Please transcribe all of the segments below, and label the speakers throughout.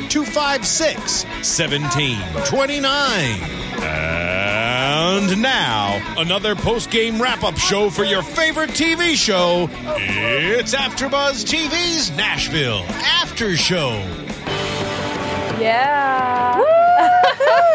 Speaker 1: 256 1729. And now, another post game wrap up show for your favorite TV show. It's AfterBuzz TV's Nashville After Show.
Speaker 2: Yeah.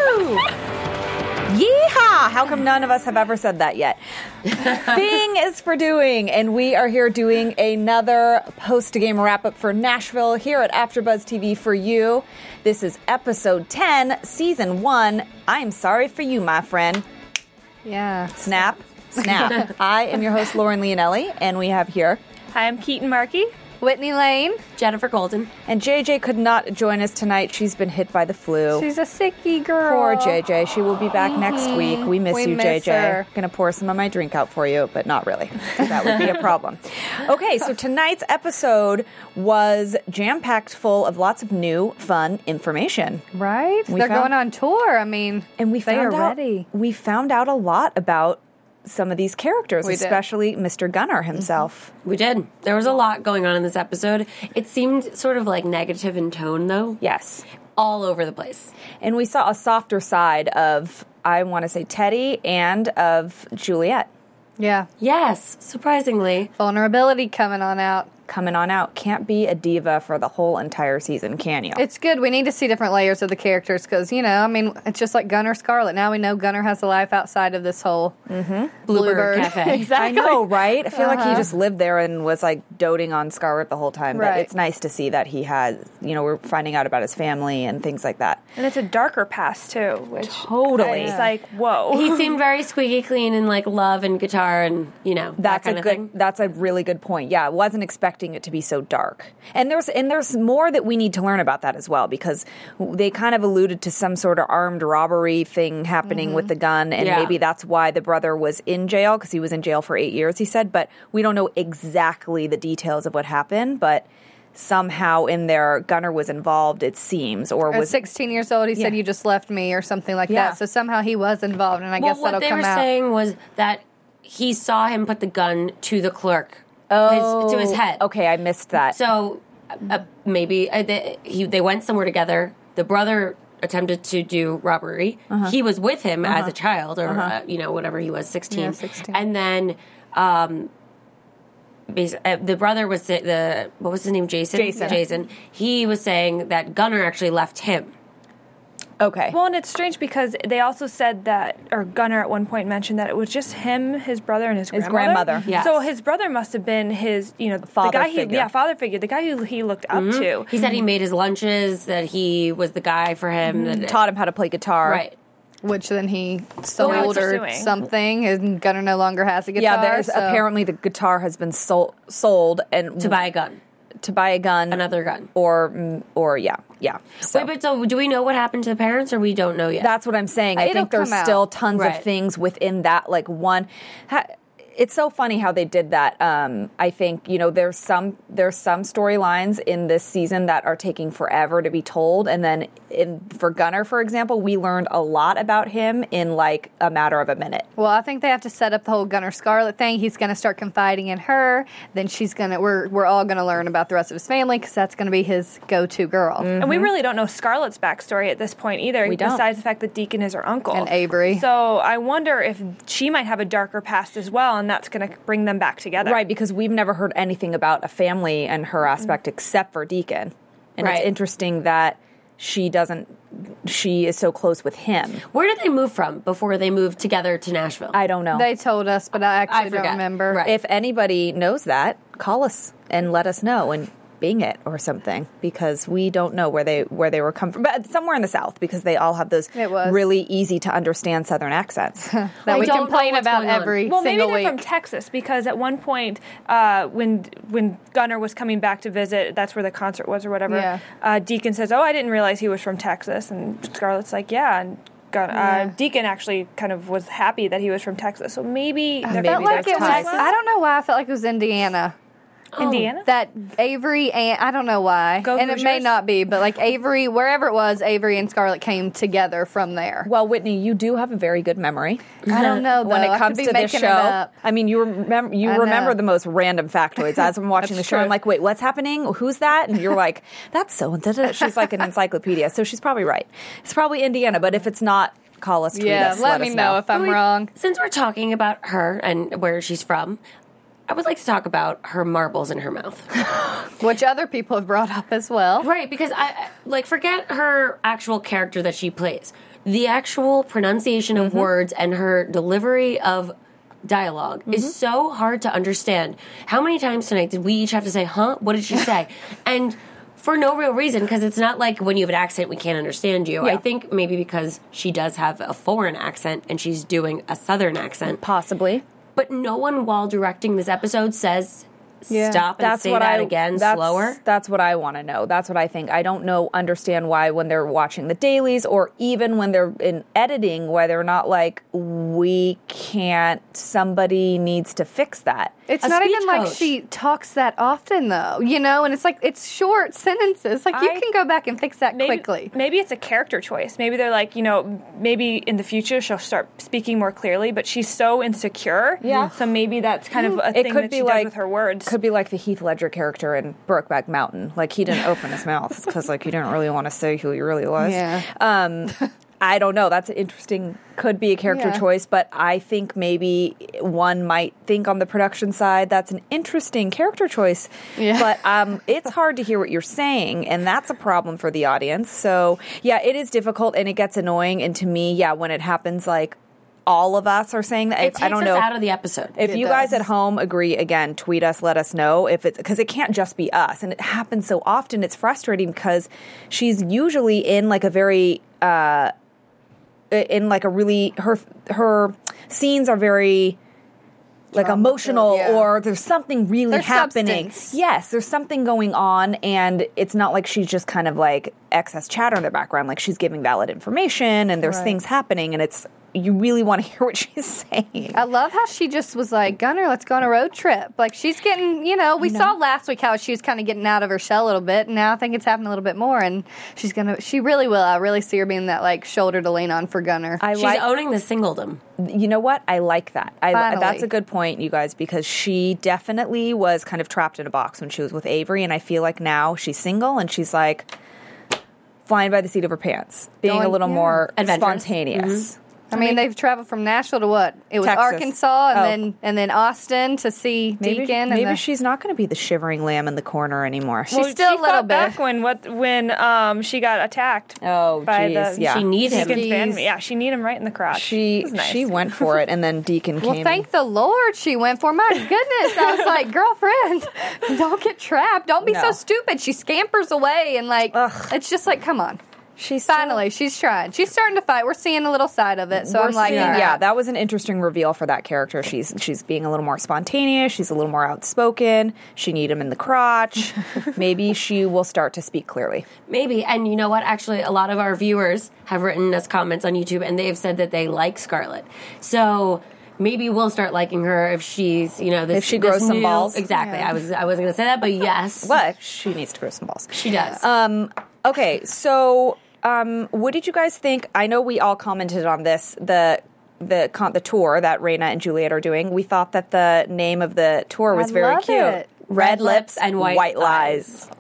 Speaker 2: Yeehaw! How come none of us have ever said that yet? Bing is for doing, and we are here doing another post-game wrap-up for Nashville here at AfterBuzz TV for you. This is episode 10, season 1. I'm sorry for you, my friend.
Speaker 3: Yeah.
Speaker 2: Snap, snap. I am your host, Lauren Leonelli, and we have here
Speaker 4: Hi, I'm Keaton Markey.
Speaker 3: Whitney Lane.
Speaker 5: Jennifer Golden.
Speaker 2: and JJ could not join us tonight. She's been hit by the flu.
Speaker 3: She's a sicky girl.
Speaker 2: Poor JJ. She will be back next week. We miss
Speaker 3: Mm-hmm. We
Speaker 2: you,
Speaker 3: miss
Speaker 2: JJ.
Speaker 3: her.
Speaker 2: Gonna pour some of my drink out for you, but not really. 'cause That would be a problem. Okay, so tonight's episode was jam packed full of lots of new, fun information.
Speaker 3: Right?
Speaker 2: We
Speaker 3: They're
Speaker 2: found-
Speaker 3: going on tour. I mean,
Speaker 2: And we
Speaker 3: they
Speaker 2: found
Speaker 3: are
Speaker 2: out
Speaker 3: ready.
Speaker 2: we found out a lot about some of these characters,
Speaker 3: We did. Mm-hmm.
Speaker 2: especially Mr. Gunner himself.
Speaker 5: We did. There was a lot going on in this episode. It seemed sort of like negative in tone, though.
Speaker 2: Yes.
Speaker 5: All over the place.
Speaker 2: And we saw a softer side of I want to say Teddy and of Juliet
Speaker 3: Yeah.
Speaker 5: Yes, surprisingly.
Speaker 3: Vulnerability coming on out.
Speaker 2: coming on out. Can't be a diva for the whole entire season, can you?
Speaker 3: It's good. We need to see different layers of the characters because, you know, I mean, it's just like Gunner Scarlet. Now we know Gunner has a life outside of this whole
Speaker 5: Bluebird, Cafe.
Speaker 3: exactly. Uh-huh.
Speaker 2: I know, right? I feel like he just lived there and was like doting on Scarlet the whole time. But
Speaker 3: Right.
Speaker 2: it's nice to see that he has, you know, we're finding out about his family and things like that.
Speaker 4: And it's a darker past too, which
Speaker 2: Totally.
Speaker 4: It's like, whoa.
Speaker 5: he seemed very squeaky clean and like love and guitar and, you know, that
Speaker 2: That's
Speaker 5: kind
Speaker 2: a
Speaker 5: of
Speaker 2: good.
Speaker 5: thing.
Speaker 2: That's a really good point. Yeah, I wasn't expecting it to be so dark. And there's and there's more that we need to learn about that as well because they kind of alluded to some sort of armed robbery thing happening with the gun, and
Speaker 5: Mm-hmm. Yeah.
Speaker 2: maybe that's why the brother was in jail because he was in jail for eight years. He said, but we don't know exactly the details of what happened, but. Somehow in there, Gunner was involved. It seems, or
Speaker 3: At
Speaker 2: was
Speaker 3: 16 years old, he said,
Speaker 2: Yeah.
Speaker 3: You just left me or something like
Speaker 2: Yeah.
Speaker 3: that. So somehow he was involved, and I
Speaker 5: Well,
Speaker 3: guess that'll
Speaker 5: what they
Speaker 3: come
Speaker 5: were
Speaker 3: out.
Speaker 5: saying was that he saw him put the gun to the clerk. Oh. to his head.
Speaker 2: okay, I missed that.
Speaker 5: So uh, maybe uh, they, he, they went somewhere together. The brother attempted to do robbery. He was with him as a child, or uh, you know, whatever he was, sixteen.
Speaker 3: Yeah, 16.
Speaker 5: And then, um, bas- uh, the brother was the, the what was his name? Jason.
Speaker 2: Jason.
Speaker 5: Jason. He was saying that Gunner actually left him.
Speaker 2: okay,
Speaker 4: Well, and it's strange because they also said that, or Gunner at one point mentioned that it was just him, his brother, and his
Speaker 2: His
Speaker 4: grandmother.
Speaker 2: grandmother, yes.
Speaker 4: So his brother must have been his, you know,
Speaker 2: Father
Speaker 4: the guy he,
Speaker 2: figure. Mm-hmm.
Speaker 4: yeah, father figure, the guy who he looked up to.
Speaker 5: He said he made his lunches. That he was the guy for him. That
Speaker 2: taught him how to play guitar.
Speaker 5: right.
Speaker 3: Which then he sold
Speaker 4: it's
Speaker 3: or
Speaker 4: pursuing.
Speaker 3: something, and Gunner no longer has a guitar.
Speaker 2: yeah, there's
Speaker 3: so-
Speaker 2: apparently the guitar has been sold sold and
Speaker 5: To buy a gun,
Speaker 2: to buy a gun,
Speaker 5: another gun.
Speaker 2: or mm, or yeah, yeah. So
Speaker 5: Wait, but so do we know what happened to the parents, or we don't know yet?
Speaker 2: that's what I'm saying. I
Speaker 3: It'll
Speaker 2: think there's
Speaker 3: come out.
Speaker 2: still tons of
Speaker 5: Right.
Speaker 2: things within that like one. Ha- it's so funny how they did that. Um, I think you know there's some there's some storylines in this season that are taking forever to be told, and then in, for Gunner, for example, we learned a lot about him in like a matter of a minute.
Speaker 3: Well, I think they have to set up the whole Gunner Scarlet thing. He's going to start confiding in her. Then she's going to. We're we're all going to learn about the rest of his family because that's going to be his go-to girl.
Speaker 4: And we really don't know Scarlett's backstory at this point either,
Speaker 2: Mm-hmm. don't.
Speaker 4: besides the fact that Deacon is her uncle.
Speaker 3: And Avery.
Speaker 4: So I wonder if she might have a darker past as well, and that's going to bring them back together.
Speaker 2: Right, because we've never heard anything about a family and her aspect except for Deacon. And
Speaker 5: Right.
Speaker 2: it's interesting that she doesn't she is so close with him.
Speaker 5: Where did they move from before they moved together to Nashville?
Speaker 2: I don't know.
Speaker 3: They told us, but I actually
Speaker 5: I
Speaker 3: don't
Speaker 5: forget.
Speaker 3: remember.
Speaker 5: Right.
Speaker 2: if anybody knows that, call us and let us know and Bing it or something because we don't know where they where they were come from, but somewhere in the South because they all have those
Speaker 3: It was.
Speaker 2: really easy to understand Southern accents.
Speaker 3: that
Speaker 5: I
Speaker 3: we
Speaker 5: don't know
Speaker 3: complain
Speaker 5: what's
Speaker 3: about
Speaker 5: going on.
Speaker 3: every
Speaker 4: Well, maybe
Speaker 3: single
Speaker 4: they're
Speaker 3: week.
Speaker 4: from Texas because at one point, uh, when when Gunner was coming back to visit, that's where the concert was or whatever.
Speaker 3: Yeah.
Speaker 4: Uh, Deacon says, "Oh, I didn't realize he was from Texas," and Scarlett's like, "Yeah." And Gun-
Speaker 3: Yeah.
Speaker 4: uh, Deacon actually kind of was happy that he was from Texas, so maybe
Speaker 3: I
Speaker 4: they're
Speaker 3: felt
Speaker 4: maybe
Speaker 3: like
Speaker 4: they're
Speaker 3: it was.
Speaker 4: Texas. Oh.
Speaker 3: I don't know why I felt like it was Indiana.
Speaker 4: Indiana.
Speaker 3: That Avery and I don't know why,
Speaker 4: Go
Speaker 3: and it may
Speaker 4: Hoosiers.
Speaker 3: not be, but like Avery, wherever it was, Avery and Scarlett came together from there.
Speaker 2: well, Whitney, you do have a very good memory.
Speaker 3: I don't know Oh, though.
Speaker 2: when
Speaker 3: I
Speaker 2: it
Speaker 3: could
Speaker 2: comes
Speaker 3: be
Speaker 2: to this
Speaker 3: making it
Speaker 2: show.
Speaker 3: up.
Speaker 2: I mean, you remember you
Speaker 3: I
Speaker 2: remember
Speaker 3: know.
Speaker 2: the most random factoids as I'm watching the
Speaker 3: That's
Speaker 2: show. I'm
Speaker 3: true.
Speaker 2: like, wait, what's happening? Who's that? And you're like, that's so and da, da, da. She's like an encyclopedia, so she's probably right. It's probably Indiana, but if it's not, call us. Tweet
Speaker 3: Yeah,
Speaker 2: us,
Speaker 3: let, me
Speaker 2: us
Speaker 3: know, if I'm
Speaker 5: We-
Speaker 3: wrong.
Speaker 5: Since we're talking about her and where she's from, I would like to talk about her marbles in her mouth.
Speaker 3: Which other people have brought up as well.
Speaker 5: Right, because I I- like forget her actual character that she plays. The actual pronunciation
Speaker 2: Mm-hmm.
Speaker 5: of words and her delivery of dialog
Speaker 2: Mm-hmm.
Speaker 5: is so hard to understand. How many times tonight did we each have to say, "Huh? What did she say?" and for no real reason, because it's not like when you have an accent, we can't understand you. I
Speaker 2: Yeah.
Speaker 5: think maybe because she does have a foreign accent and she's doing a southern accent.
Speaker 2: possibly.
Speaker 5: But no one, while directing this episode, says
Speaker 3: Yeah.
Speaker 5: stop and say that again
Speaker 2: that's,
Speaker 5: slower.
Speaker 2: That's what I want to know. That's what I think. I don't know understand why when they're watching the dailies or even when they're in editing why they're not like we can't somebody needs to fix that.
Speaker 3: It's
Speaker 5: A
Speaker 3: not even
Speaker 5: speech
Speaker 3: like
Speaker 5: coach.
Speaker 3: she talks that often, though. You know, and it's like it's short sentences. Like you
Speaker 4: I-
Speaker 3: can go back and fix that
Speaker 4: Maybe,
Speaker 3: quickly.
Speaker 4: maybe it's a character choice. Maybe they're like, you know, maybe in the future she'll start speaking more clearly, but she's so insecure.
Speaker 2: Yeah. Mm-hmm.
Speaker 4: So maybe that's kind of a
Speaker 2: it
Speaker 4: thing
Speaker 2: could
Speaker 4: that
Speaker 2: be
Speaker 4: she
Speaker 2: like
Speaker 4: does with her words.
Speaker 2: Could be like the Heath Ledger character in Brokeback Mountain. Like he didn't open his mouth because like he didn't really want to say who he really was.
Speaker 3: Yeah.
Speaker 2: Um, I don't know. That's an interesting. Could be a character
Speaker 3: Yeah.
Speaker 2: choice, but I think maybe one might think on the production side that's an interesting character choice.
Speaker 3: Yeah.
Speaker 2: But um, it's hard to hear what you're saying, and that's a problem for the audience. So yeah, it is difficult and it gets annoying. And to me, yeah, when it happens, like. All of us are saying that.
Speaker 5: it
Speaker 2: If-
Speaker 5: takes
Speaker 2: I don't
Speaker 5: us
Speaker 2: know
Speaker 5: out of the episode.
Speaker 2: if
Speaker 3: It
Speaker 2: you guys
Speaker 3: does.
Speaker 2: at home agree, again, tweet us, let us know if it's because it can't just be us, and it happens so often. It's frustrating because she's usually in like a very uh, in like a really her her scenes are very. Like
Speaker 3: Drama-filled,
Speaker 2: emotional,
Speaker 3: yeah.
Speaker 2: or there's something really
Speaker 3: There's
Speaker 2: happening.
Speaker 3: substance.
Speaker 2: Yes, there's something going on, and it's not like she's just kind of like excess chatter in the background. Like she's giving valid information, and there's
Speaker 3: Right.
Speaker 2: things happening, and it's you really want to hear what she's saying.
Speaker 3: I love how she just was like, Gunner, let's go on a road trip. Like she's getting, you know, we saw last week how she was kind of getting out of her shell a little bit, and now I think it's happening a little bit more. And she's gonna, she really will. I really see her being that like shoulder to lean on for Gunner.
Speaker 2: I
Speaker 5: She's
Speaker 2: like
Speaker 5: owning the singledom.
Speaker 2: you know what? I like that. I,
Speaker 3: Finally.
Speaker 2: that's a good point, you guys, because she definitely was kind of trapped in a box when she was with Avery, and I feel like now she's single and she's like flying by the seat of her pants, being a
Speaker 3: Going-
Speaker 2: little
Speaker 3: yeah. Mm-hmm.
Speaker 2: more
Speaker 5: Adventurous.
Speaker 2: spontaneous.
Speaker 3: I mean, they've traveled from Nashville to what? It was
Speaker 2: Texas.
Speaker 3: Arkansas, and
Speaker 2: Oh.
Speaker 3: then and then Austin to see
Speaker 2: Maybe,
Speaker 3: Deacon.
Speaker 2: maybe
Speaker 3: and the,
Speaker 2: she's not going to be the shivering lamb in the corner anymore.
Speaker 3: She's still
Speaker 4: she
Speaker 3: a little
Speaker 4: fought back
Speaker 3: bit.
Speaker 4: when what when um she got attacked.
Speaker 2: Oh,
Speaker 4: by
Speaker 2: geez,
Speaker 4: the
Speaker 2: yeah.
Speaker 5: She needs him.
Speaker 4: Deacon fan.
Speaker 3: Jeez.
Speaker 4: Yeah, she need him right in the crotch.
Speaker 2: she
Speaker 4: It was nice.
Speaker 2: she went for it, and then Deacon
Speaker 3: Well,
Speaker 2: came.
Speaker 3: thank the Lord she went for. My goodness. I was like, girlfriend, don't get trapped. Don't be so
Speaker 2: No.
Speaker 3: stupid. She scampers away and like,
Speaker 2: Ugh.
Speaker 3: it's just like, come on.
Speaker 2: she's so-
Speaker 3: Finally, she's trying. She's starting to fight. We're seeing a little side of it. So
Speaker 2: We're
Speaker 3: I'm like,
Speaker 2: seeing- yeah, that was an interesting reveal for that character. She's she's being a little more spontaneous. She's a little more outspoken. She need him in the crotch. Maybe she will start to speak clearly.
Speaker 5: Maybe. And you know what? Actually, a lot of our viewers have written us comments on YouTube and they've said that they like Scarlett. So maybe we'll start liking her if she's, you know, this
Speaker 2: If she
Speaker 5: this
Speaker 2: grows some
Speaker 5: new-
Speaker 2: balls.
Speaker 5: Exactly. I was I wasn't going to say that, but yes.
Speaker 2: But she needs to grow some balls.
Speaker 5: She does.
Speaker 2: Um, okay, so um, what did you guys think? I know we all commented on this the the con- the tour that Raina and Juliet are doing. We thought that the name of the tour was
Speaker 3: I
Speaker 2: very
Speaker 3: love
Speaker 2: cute.
Speaker 3: it.
Speaker 2: Red lips
Speaker 5: and white
Speaker 2: lies.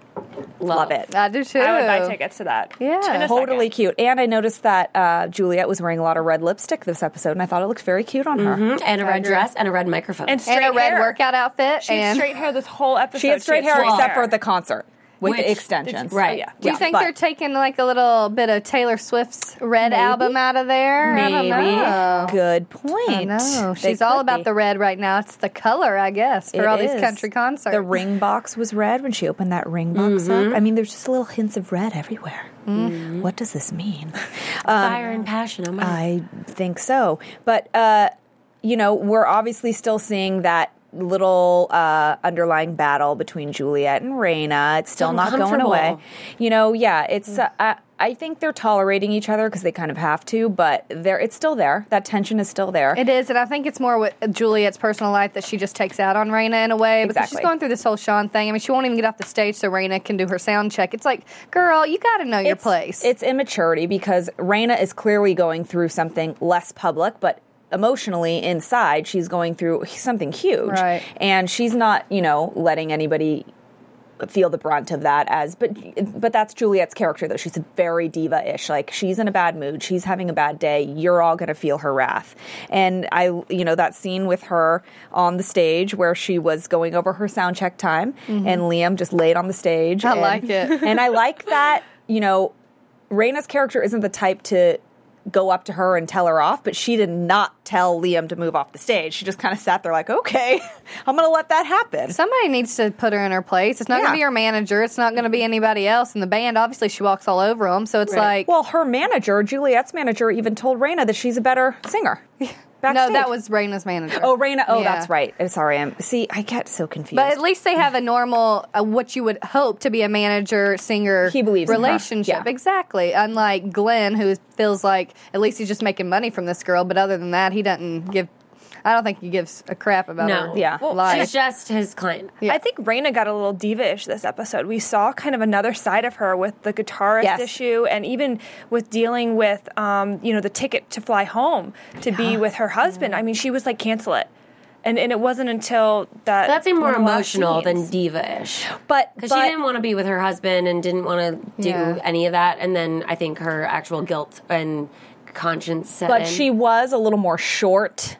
Speaker 2: Love it.
Speaker 3: I do too.
Speaker 4: I would buy tickets to that.
Speaker 3: Yeah.
Speaker 4: In a
Speaker 2: totally
Speaker 4: second.
Speaker 2: cute. And I noticed that uh, Juliet was wearing a lot of red lipstick this episode, and I thought it looked very cute on her.
Speaker 5: And a red dress and a red microphone.
Speaker 4: And straight
Speaker 3: And a red
Speaker 4: hair.
Speaker 3: workout outfit.
Speaker 4: She had
Speaker 3: and
Speaker 4: straight hair this whole episode.
Speaker 2: She had straight hair
Speaker 5: straight
Speaker 2: except
Speaker 5: hair.
Speaker 2: for at the concert. with
Speaker 5: Which-
Speaker 2: extensions.
Speaker 5: right.
Speaker 4: yeah.
Speaker 3: Do you
Speaker 2: Yeah,
Speaker 3: think
Speaker 2: but-
Speaker 3: they're taking like a little bit of Taylor Swift's Red album out of there? I
Speaker 5: Maybe.
Speaker 3: don't know.
Speaker 2: Good point.
Speaker 3: I know.
Speaker 2: They
Speaker 3: She's all
Speaker 2: could
Speaker 3: about
Speaker 2: be.
Speaker 3: the red right now. It's the color, I guess, for
Speaker 2: It
Speaker 3: all
Speaker 2: is.
Speaker 3: these country concerts.
Speaker 2: The ring box was red when she opened that ring box up. I mean, there's just little hints of red everywhere.
Speaker 3: Mm-hmm.
Speaker 2: What does this mean?
Speaker 5: Fire and passion. Oh I'm
Speaker 2: I think so. But, uh, you know, we're obviously still seeing that little uh, underlying battle between Juliet and Raina. It's still not going away.
Speaker 5: uncomfortable.
Speaker 2: You know, yeah, it's. Uh, I, I think they're tolerating each other because they kind of have to, but there it's still there. That tension is still there.
Speaker 3: It is, and I think it's more with Juliet's personal life that she just takes out on Raina in a way because
Speaker 2: Exactly.
Speaker 3: she's going through this whole Sean thing. I mean, she won't even get off the stage so Raina can do her sound check. It's like, girl, you got to know your
Speaker 2: it's,
Speaker 3: place.
Speaker 2: It's immaturity because Raina is clearly going through something less public, but emotionally inside she's going through something huge
Speaker 3: Right.
Speaker 2: and she's not you know letting anybody feel the brunt of that as but but that's Juliet's character though she's very diva-ish like she's in a bad mood she's having a bad day you're all going to feel her wrath and I you know that scene with her on the stage where she was going over her sound check time and Liam just laid on the stage
Speaker 3: Mm-hmm. I
Speaker 2: and-
Speaker 3: like it.
Speaker 2: and I like that you know Raina's character isn't the type to go up to her and tell her off, but she did not tell Liam to move off the stage. She just kind of sat there like, okay, I'm going to let that happen.
Speaker 3: Somebody needs to put her in her place. It's not going
Speaker 2: Yeah.
Speaker 3: to be her manager. It's not going to be anybody else in the band. Obviously, she walks all over them, so it's like,
Speaker 2: well, her manager, Juliet's manager, even told Raina that she's a better singer.
Speaker 3: no,
Speaker 2: Backstage.
Speaker 3: that was Raina's manager.
Speaker 2: Oh, Raina. Oh,
Speaker 3: Yeah.
Speaker 2: that's right. I'm sorry. I'm see. I get so confused.
Speaker 3: But at least they have a normal, uh, what you would hope to be a manager singer
Speaker 2: He believes in her.
Speaker 3: relationship.
Speaker 2: Yeah.
Speaker 3: Exactly. Unlike Glenn, who feels like at least he's just making money from this girl, but other than that, he doesn't give. I don't think he gives a crap about
Speaker 5: No.
Speaker 3: her.
Speaker 2: Yeah. Well,
Speaker 5: She's
Speaker 3: life.
Speaker 5: just his client.
Speaker 4: I think Raina got a little diva-ish this episode. We saw kind of another side of her with the guitarist
Speaker 2: Yes.
Speaker 4: issue, and even with dealing with, um, you know, the ticket to fly home to be with her husband. I mean, she was like, cancel it, and and it wasn't until that
Speaker 5: That's even more
Speaker 4: one of the last
Speaker 5: emotional than
Speaker 4: scenes.
Speaker 5: diva-ish.
Speaker 2: but
Speaker 5: Because she didn't want to be with her husband and didn't want to do
Speaker 3: Yeah.
Speaker 5: any of that. And then I think her actual guilt and conscience set
Speaker 2: but
Speaker 5: in.
Speaker 2: she was a little more short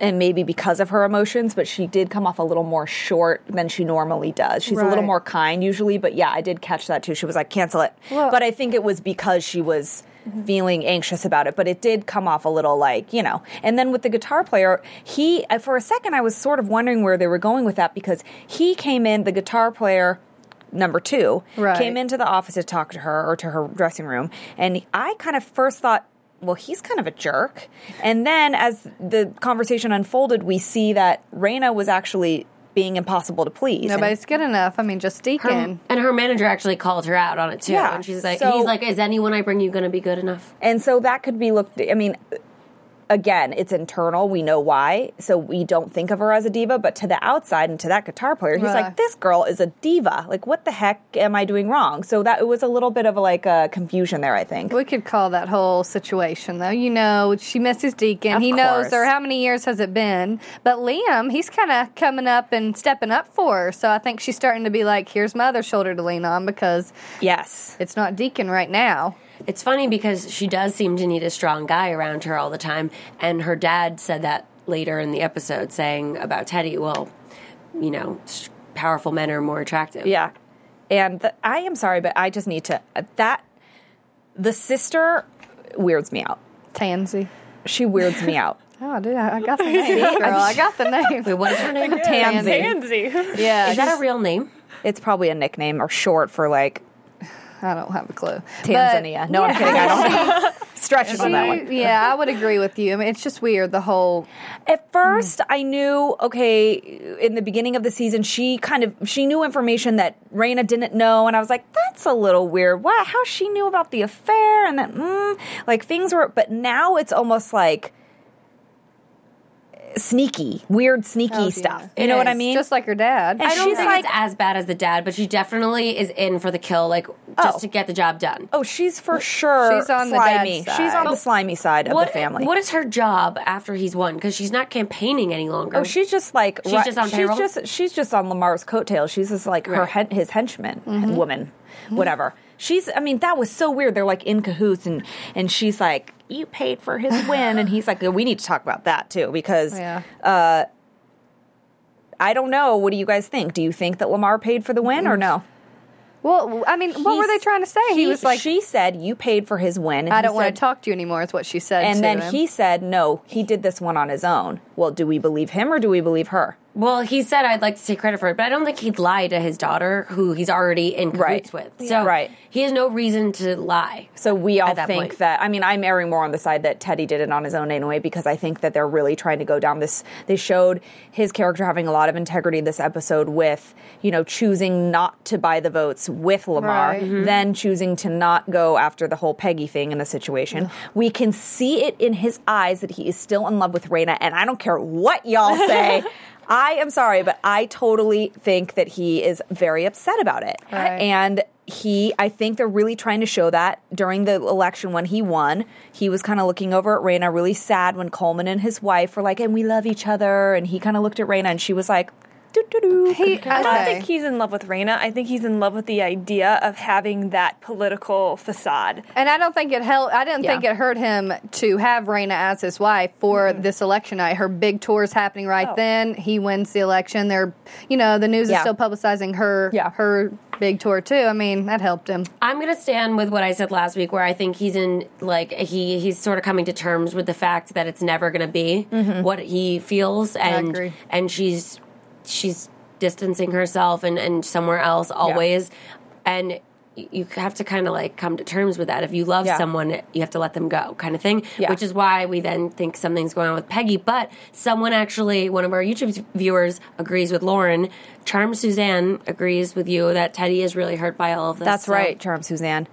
Speaker 2: and maybe because of her emotions but she did come off a little more short than she normally does she's a little
Speaker 3: Right.
Speaker 2: more kind usually but yeah i did catch that too she was like cancel it
Speaker 3: Well-
Speaker 2: but i think it was because she was feeling anxious about it but it did come off a little like you know and then with the guitar player he uh, for a second i was sort of wondering where they were going with that because he came in the guitar player number two
Speaker 3: Right.
Speaker 2: came into the office to talk to her or to her dressing room and i kind of first thought well he's kind of a jerk and then as the conversation unfolded we see that Raina was actually being impossible to please And-
Speaker 3: Nobody's good enough. I mean, just
Speaker 5: Her-
Speaker 3: Deacon.
Speaker 5: and her manager actually called her out on it too.
Speaker 2: Yeah.
Speaker 5: And she's like,
Speaker 2: So-
Speaker 5: he's like, is anyone I bring you going to be good enough?
Speaker 2: And so that could be looked. I mean, again, it's internal. We know why, so we don't think of her as a diva. But to the outside and to that guitar player, he's
Speaker 3: Right.
Speaker 2: like, "This girl is a diva. Like, what the heck am I doing wrong?" So that it was a little bit of like a confusion there. I think.
Speaker 3: We could call that whole situation, though. You know, she misses Deacon.
Speaker 2: Of
Speaker 3: he
Speaker 2: course.
Speaker 3: knows her. How many years has it been? But Liam, he's kind of coming up and stepping up for her. So I think she's starting to be like, here's my other shoulder to lean on because
Speaker 2: Yes.
Speaker 3: it's not Deacon right now.
Speaker 5: It's funny because she does seem to need a strong guy around her all the time. And her dad said that later in the episode, saying about Teddy, well, you know, s- powerful men are more attractive.
Speaker 2: Yeah. And the, I am sorry, but I just need to that the sister weirds me out.
Speaker 3: Tansy.
Speaker 2: She weirds me out.
Speaker 3: Oh, dude, I I got the name, girl. I got the name.
Speaker 5: What is her name?
Speaker 2: Tansy.
Speaker 4: Tansy.
Speaker 3: Yeah,
Speaker 5: Is that a real name?
Speaker 2: It's probably a nickname or short for like
Speaker 3: I don't have a clue. But-
Speaker 2: Tanzania. no, I'm kidding. I don't know. Stretching on that one.
Speaker 3: She- yeah, I would agree with you. I mean, it's just weird. The whole Hmm.
Speaker 2: At first, I knew okay. In the beginning of the season, she kind of she knew information that Raina didn't know, and I was like, "That's a little weird. What? How she knew about the affair?" And then, mm, like things were. But now it's almost like sneaky, weird, sneaky
Speaker 3: Oh, dear.
Speaker 2: stuff. You
Speaker 5: It
Speaker 2: know what I
Speaker 5: is,
Speaker 2: mean?
Speaker 3: just like her dad.
Speaker 2: And
Speaker 5: I don't
Speaker 2: she's
Speaker 5: think
Speaker 2: like,
Speaker 5: it's as bad as the dad, but she definitely is in for the kill, like just
Speaker 2: Oh.
Speaker 5: to get the job done.
Speaker 2: oh, she's for sure
Speaker 3: She's on the dad's
Speaker 2: slimy. She's
Speaker 3: side.
Speaker 2: on the slimy side of
Speaker 5: what,
Speaker 2: the family.
Speaker 5: What is her job after he's won? Because she's not campaigning any longer.
Speaker 2: Oh, she's just like
Speaker 5: She's
Speaker 2: ri-
Speaker 5: just on
Speaker 2: she's
Speaker 5: payroll?
Speaker 2: just she's just on Lamar's coattails. She's just like her
Speaker 5: Right.
Speaker 2: hen- his henchman
Speaker 3: Mm-hmm.
Speaker 2: woman, whatever. She's I mean that was so weird. They're like in cahoots and and she's like you paid for his win and he's like we need to talk about that too because
Speaker 3: Yeah.
Speaker 2: uh, I don't know. What do you guys think? Do you think that Lamar paid for the win or no?
Speaker 3: Well, I mean, Mm-hmm. what were they
Speaker 2: He's-
Speaker 3: trying to say? He,
Speaker 2: he-
Speaker 3: was like,
Speaker 2: she said, "You paid for his win." And
Speaker 3: "I
Speaker 2: he
Speaker 3: don't want
Speaker 2: said-
Speaker 3: to talk to you anymore," is what she said. to
Speaker 2: And then
Speaker 3: him.
Speaker 2: he said, "No, he did this one on his own." Well, do we believe him or do we believe her?
Speaker 5: Well, he said I'd like to take credit for it, but I don't think he'd lie to his daughter, who he's already in cahoots
Speaker 2: Right.
Speaker 5: with.
Speaker 2: Yeah.
Speaker 5: So
Speaker 2: Right.
Speaker 5: he has no reason to lie.
Speaker 2: So we all
Speaker 5: At that
Speaker 2: think
Speaker 5: point.
Speaker 2: that. I mean, I'm erring more on the side that Teddy did it on his own anyway, because I think that they're really trying to go down this. They showed his character having a lot of integrity this episode with, you know, choosing not to buy the votes with Lamar,
Speaker 3: Right. Mhm.
Speaker 2: then choosing to not go after the whole Peggy thing in the situation. we can see it in his eyes that he is still in love with Raina, and I don't care what y'all say. I am sorry, but I totally think that he is very upset about it.
Speaker 3: Right.
Speaker 2: And he, I think they're really trying to show that during the election when he won, he was kind of looking over at Raina, really sad when Coleman and his wife were like, and we love each other. And he kind of looked at Raina and she was like, doo doo doo.
Speaker 3: He-
Speaker 4: I
Speaker 3: okay.
Speaker 4: don't think he's in love with Raina. I think he's in love with the idea of having that political facade.
Speaker 3: And I don't think it helped. I didn't
Speaker 2: Yeah. Mm-hmm.
Speaker 3: think it hurt him to have Raina as his wife for this election night. Her big tour is happening right then. He wins the election. They're, you know, the news
Speaker 2: Oh. Yeah.
Speaker 3: is still publicizing her
Speaker 2: Yeah.
Speaker 3: her big tour too. I mean, that helped him.
Speaker 5: I'm gonna stand with what I said last week, where I think he's in like he he's sort of coming to terms with the fact that it's never gonna be
Speaker 2: Mm-hmm.
Speaker 5: what he feels, and
Speaker 3: agree.
Speaker 5: and she's she's distancing herself and and somewhere else always, and y- you have to kind of like come to terms with that. If you love
Speaker 2: Yeah.
Speaker 5: someone, you have to let them go, kind of thing.
Speaker 2: Yeah.
Speaker 5: Which is why we then think something's going on with Peggy. But someone actually, one of our YouTube viewers agrees with Lauren. Charm Suzanne agrees with you that Teddy is really hurt by all of this.
Speaker 2: That's
Speaker 5: So-
Speaker 2: right, Charm Suzanne.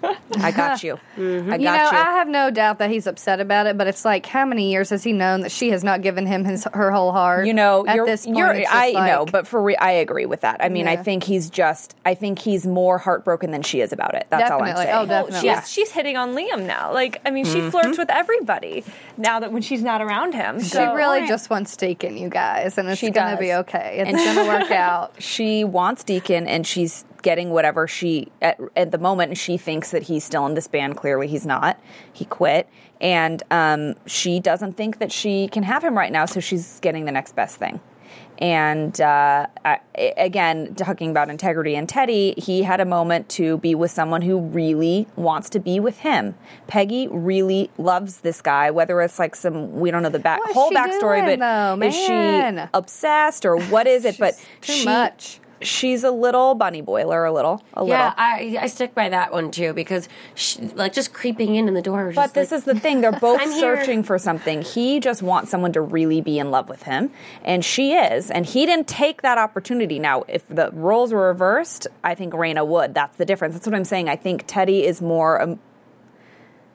Speaker 2: I got you. I got you.
Speaker 3: Mm-hmm. You know, I have no doubt that he's upset about it, but it's like, how many years has he known that she has not given him his her whole heart?
Speaker 2: you know,
Speaker 3: at
Speaker 2: you're,
Speaker 3: this point,
Speaker 2: you're,
Speaker 3: it's just
Speaker 2: I know,
Speaker 3: like-
Speaker 2: but for re- I agree with that. I mean, I
Speaker 3: Yeah.
Speaker 2: think he's just, I think he's more heartbroken than she is about it. That's all I'm
Speaker 3: Definitely.
Speaker 2: saying.
Speaker 3: Oh,
Speaker 4: Well,
Speaker 3: definitely.
Speaker 4: she's,
Speaker 3: Yeah.
Speaker 4: she's hitting on Liam now. Like, I mean, she flirts with everybody now that when she's not around him.
Speaker 3: she really just wants Deacon, you guys, and it's
Speaker 2: She
Speaker 3: gonna
Speaker 2: does.
Speaker 3: be okay. It's
Speaker 2: And-
Speaker 3: gonna work out.
Speaker 2: she wants Deacon, and she's getting whatever she at, at the moment. She thinks that he's still in this band. Clearly, he's not. He quit, and um, she doesn't think that she can have him right now. So she's getting the next best thing. And uh, I, again, talking about integrity and Teddy, he had a moment to be with someone who really wants to be with him. Peggy really loves this guy, whether it's like some we don't know the back
Speaker 3: What is
Speaker 2: whole
Speaker 3: she
Speaker 2: backstory,
Speaker 3: doing,
Speaker 2: but
Speaker 3: though?
Speaker 2: is she
Speaker 3: Man.
Speaker 2: obsessed or what is it? but
Speaker 3: too
Speaker 2: she,
Speaker 3: much.
Speaker 2: She's a little bunny boiler, a little, a
Speaker 5: Yeah,
Speaker 2: little.
Speaker 5: I, I stick by that one too because she, like just creeping in in the door.
Speaker 2: but this is the thing; they're both
Speaker 5: I'm here.
Speaker 2: searching for something. He just wants someone to really be in love with him, and she is. And he didn't take that opportunity. Now, if the roles were reversed, I think Raina would. That's the difference. That's what I'm saying. I think Teddy is more. Um,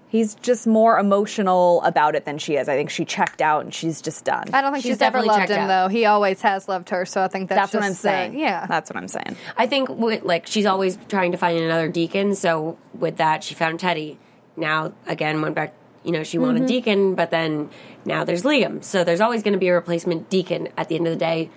Speaker 2: he's just more emotional about it than she is. I think she checked out and she's just done.
Speaker 3: I don't think
Speaker 5: She's
Speaker 3: she's, ever
Speaker 5: definitely
Speaker 3: loved
Speaker 5: checked
Speaker 3: him
Speaker 5: out.
Speaker 3: though. He always has loved her, so I think that's,
Speaker 2: That's what I'm
Speaker 3: just the-
Speaker 2: saying.
Speaker 3: yeah,
Speaker 2: that's what I'm saying.
Speaker 5: I think with, like she's always trying to find another deacon. So with that, she found Teddy. Now again, went back. You know, she wanted deacon, but then now there's Liam. So there's always going to be a replacement deacon at the end of the day.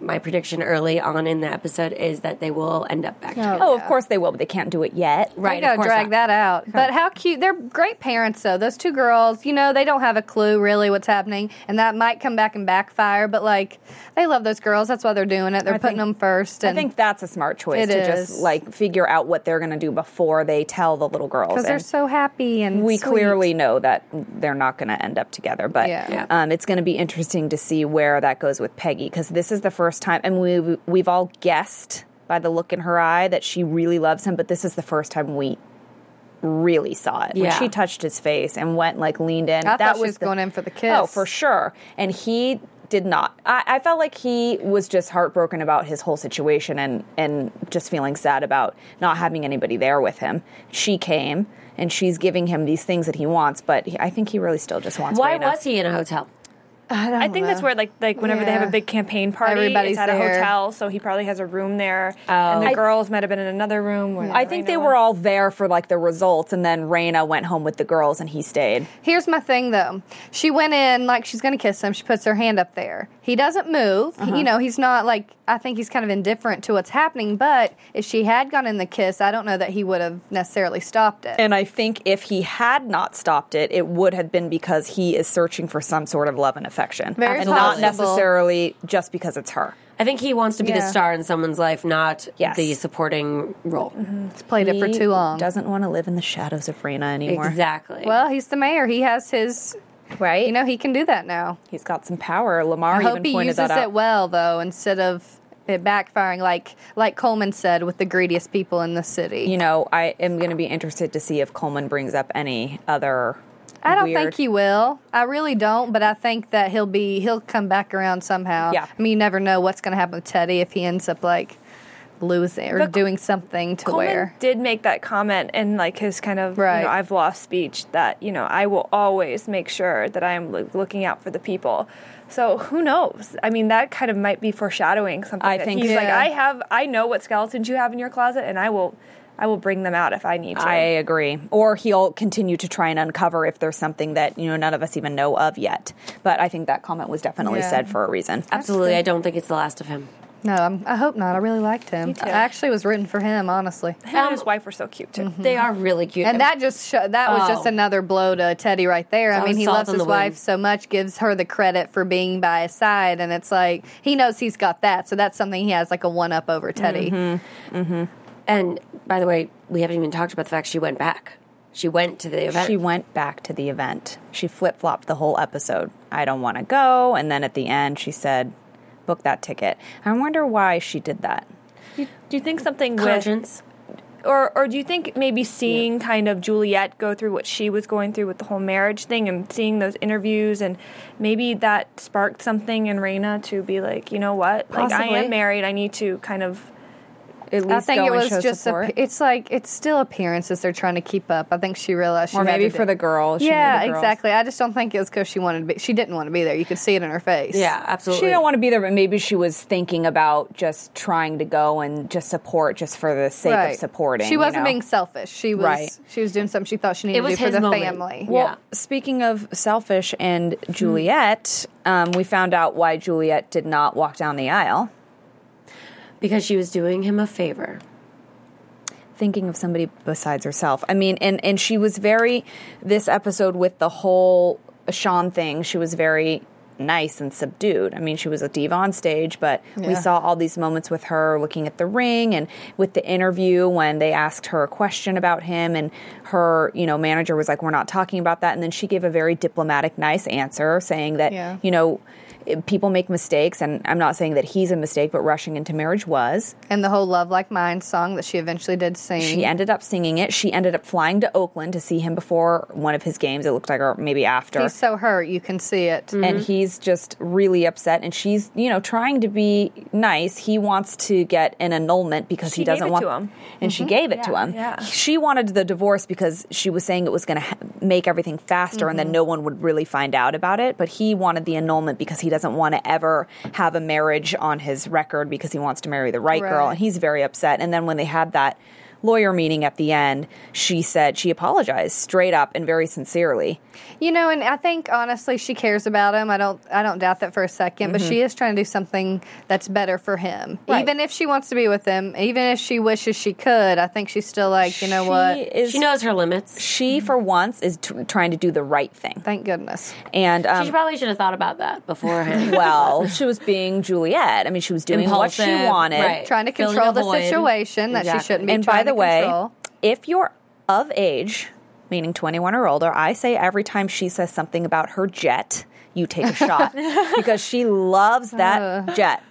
Speaker 5: My prediction early on in the episode is that they will end up back together.
Speaker 2: Oh, of course they will, but they can't do it yet.
Speaker 3: They
Speaker 5: Right, of
Speaker 3: gotta
Speaker 5: course
Speaker 3: drag
Speaker 5: not.
Speaker 3: that out. But how cute! They're great parents, though. Those two girls, you know, they don't have a clue really what's happening, and that might come back and backfire. But like, they love those girls. That's why they're doing it. They're putting them first.
Speaker 2: I
Speaker 3: And
Speaker 2: think that's a smart choice
Speaker 3: It
Speaker 2: to
Speaker 3: is.
Speaker 2: just like figure out what they're going to do before they tell the little girls.
Speaker 3: because they're
Speaker 2: And
Speaker 3: so happy and
Speaker 2: we
Speaker 3: sweet.
Speaker 2: clearly know that they're not going to end up together, but
Speaker 3: Yeah. Yeah.
Speaker 2: Um, it's going to be interesting to see where that goes with Peggy because this is the first time, and we we've all guessed by the look in her eye that she really loves him, but this is the first time we really saw it
Speaker 5: Yeah.
Speaker 2: when she touched his face and went like leaned in.
Speaker 3: I
Speaker 2: that
Speaker 3: thought she
Speaker 2: was
Speaker 3: was going in for the kiss.
Speaker 2: Oh, for sure. And he did not. I, I felt like he was just heartbroken about his whole situation and and just feeling sad about not having anybody there with him. She came and she's giving him these things that he wants, but he, I think he really still just wants.
Speaker 5: Why
Speaker 2: Raina.
Speaker 5: was he in a hotel?
Speaker 4: I think that's where, like, like whenever they have
Speaker 3: Yeah.
Speaker 4: a big campaign party,
Speaker 3: Everybody's
Speaker 4: it's at
Speaker 3: there. Oh.
Speaker 4: a hotel, so he probably has a room there. And the girls might have been in another room. Where
Speaker 2: I think they were all there for like the results, and then Raina went home with the girls, and he stayed.
Speaker 3: Here's my thing though. She went in like she's going to kiss him. She puts her hand up there. He doesn't move. He-
Speaker 2: Uh-huh.
Speaker 3: you know, he's not like I think he's kind of indifferent to what's happening, but if she had gone in the kiss, I don't know that he would have necessarily stopped it.
Speaker 2: And I think if he had not stopped it, it would have been because he is searching for some sort of love and protection,
Speaker 3: Very
Speaker 2: and not
Speaker 3: possible.
Speaker 2: necessarily just because it's her.
Speaker 5: I think he wants to be the
Speaker 3: Yeah.
Speaker 5: star in someone's life, not
Speaker 2: Yes.
Speaker 5: the supporting role.
Speaker 3: It's played it for too long.
Speaker 2: Doesn't want to live in the shadows of Rena anymore.
Speaker 5: Exactly.
Speaker 3: Well, he's the mayor. He has his.
Speaker 2: Right?
Speaker 3: You know, he can do that now.
Speaker 2: he's got some power. Lamar
Speaker 3: I hope
Speaker 2: even
Speaker 3: he
Speaker 2: pointed
Speaker 3: uses
Speaker 2: that out.
Speaker 3: it well, though, instead of it backfiring, like like Coleman said, with the greediest people in the city.
Speaker 2: you know, I am going to be interested to see if Coleman brings up any other.
Speaker 3: I don't
Speaker 2: weird-
Speaker 3: think he will. I really don't, but I think that he'll be he'll come back around somehow.
Speaker 2: Yeah.
Speaker 3: I mean, you never know what's going to happen with Teddy if he ends up like losing or
Speaker 4: But
Speaker 3: doing something to
Speaker 4: Coleman
Speaker 3: where.
Speaker 4: did make that comment in like his kind of
Speaker 3: Right.
Speaker 4: you know, I've lost speech that you know I will always make sure that I am lo- looking out for the people. So who knows? I mean, that kind of might be foreshadowing something.
Speaker 2: I
Speaker 4: that
Speaker 2: think
Speaker 4: he's
Speaker 2: so.
Speaker 4: like I have I know what skeletons you have in your closet, and I will I will bring them out if I need to.
Speaker 2: I agree. Or he'll continue to try and uncover if there's something that you know none of us even know of yet. But I think that comment was definitely
Speaker 3: Yeah.
Speaker 2: said for a reason.
Speaker 5: Absolutely. I don't think it's the last of him.
Speaker 3: No, I'm, I hope not. I really liked him.
Speaker 4: Me too.
Speaker 3: I actually was rooting for him, honestly. Um,
Speaker 4: Him and his wife were so cute
Speaker 2: Mm.
Speaker 4: too.
Speaker 5: Mm-hmm. They are really cute.
Speaker 3: And that just sho- that was just
Speaker 5: Oh.
Speaker 3: another blow to Teddy right there. I
Speaker 5: That
Speaker 3: mean,
Speaker 5: was
Speaker 3: he
Speaker 5: salt
Speaker 3: loves
Speaker 5: in
Speaker 3: his
Speaker 5: the
Speaker 3: wife
Speaker 5: wound.
Speaker 3: so much, gives her the credit for being by his side, and it's like he knows he's got that, so that's something he has like a one up over Teddy.
Speaker 5: Mm-hmm. And by the way, we haven't even talked about the fact she went back. She went to the event.
Speaker 2: She went back to the event. She flip flopped the whole episode. I don't want to go. And then at the end, she said, book that ticket. I wonder why she did that.
Speaker 4: Do you, do you think something with
Speaker 5: conscience.
Speaker 4: or or do you think maybe seeing kind of Juliet go through what she was going through with the whole marriage thing and seeing those interviews and maybe that sparked something in Raina to be like, you know what, like I
Speaker 2: Possibly.
Speaker 4: am married, I need to kind of
Speaker 2: At
Speaker 3: I
Speaker 2: least
Speaker 3: think
Speaker 2: go
Speaker 3: it
Speaker 2: and
Speaker 3: was
Speaker 2: show
Speaker 3: just
Speaker 2: support.
Speaker 3: a, it's like it's still appearances they're trying to keep up. I think she realized, she
Speaker 2: or maybe
Speaker 3: rather
Speaker 2: for
Speaker 3: did-
Speaker 2: the girl. she knew
Speaker 3: yeah,
Speaker 2: the girls.
Speaker 3: exactly. I just don't think it was because she wanted to be. She didn't want to be there. You could see it in her face.
Speaker 5: Yeah, absolutely.
Speaker 2: She didn't want to be there, but maybe she was thinking about just trying to go and just support, just for the sake
Speaker 3: Right.
Speaker 2: of supporting.
Speaker 3: She
Speaker 2: you
Speaker 3: wasn't
Speaker 2: know?
Speaker 3: being selfish. She was.
Speaker 2: Right.
Speaker 3: She was doing something she thought she needed
Speaker 5: It
Speaker 3: to
Speaker 5: was
Speaker 3: do for
Speaker 5: his
Speaker 3: the
Speaker 5: moment.
Speaker 3: family.
Speaker 5: Well,
Speaker 2: Well, speaking of selfish and Juliet, um, we found out why Juliet did not walk down the aisle.
Speaker 5: because she was doing him a favor.
Speaker 2: thinking of somebody besides herself. I mean, and and she was very this episode with the whole Sean thing. She was very nice and subdued. I mean, she was a diva on stage, but we
Speaker 3: Yeah.
Speaker 2: saw all these moments with her looking at the ring and with the interview when they asked her a question about him and her, you know, manager was like, "We're not talking about that." And then she gave a very diplomatic nice answer saying that,
Speaker 3: Yeah.
Speaker 2: you know, people make mistakes and I'm not saying that he's a mistake, but rushing into marriage was.
Speaker 3: and the whole "Love Like Mine" song that she eventually did sing.
Speaker 2: She ended up singing it. She ended up flying to Oakland to see him before one of his games. It looked like, or maybe after.
Speaker 3: He's so hurt. You can see it.
Speaker 2: and
Speaker 4: Mm-hmm.
Speaker 2: he's just really upset. And she's, you know, trying to be nice. He wants to get an annulment because he
Speaker 4: She gave
Speaker 2: doesn't
Speaker 4: it
Speaker 2: want.
Speaker 4: to him. Mm-hmm.
Speaker 2: And she gave it to
Speaker 5: Yeah.
Speaker 2: him.
Speaker 4: Yeah.
Speaker 2: She wanted the divorce because she was saying it was going to ha- make everything faster, and then
Speaker 4: Mm-hmm.
Speaker 2: no one would really find out about it. But he wanted the annulment because he doesn't want to ever have a marriage on his record because he wants to marry the right, girl.
Speaker 3: Right.
Speaker 2: And he's very upset. And then when they had that lawyer meeting at the end, she said she apologized straight up and very sincerely.
Speaker 3: You know, and I think honestly, she cares about him. I don't, I don't doubt that for a 2nd But she is trying to do something that's better for him,
Speaker 2: Mm-hmm. Right.
Speaker 3: even if she wants to be with him, even if she wishes she could. I think she's still like, you know
Speaker 2: She
Speaker 3: what?
Speaker 2: is-
Speaker 5: She knows her limits.
Speaker 2: she for once is t- trying to do the right thing
Speaker 3: Thank goodness.
Speaker 2: and
Speaker 5: she
Speaker 2: um,
Speaker 5: probably should have thought about that beforehand.
Speaker 2: well she was being juliet i mean she was doing what she
Speaker 5: Impulsive,
Speaker 2: wanted
Speaker 5: right.
Speaker 3: Trying to
Speaker 5: Filling
Speaker 3: control
Speaker 5: a
Speaker 3: the
Speaker 5: void.
Speaker 3: situation that she
Speaker 5: Exactly.
Speaker 3: shouldn't be.
Speaker 2: and by
Speaker 3: trying
Speaker 2: the
Speaker 3: to
Speaker 2: way
Speaker 3: control.
Speaker 2: if you're of age meaning 21 or older i say every time she says something about her jet you take a shot because she loves that
Speaker 3: Uh.
Speaker 2: jet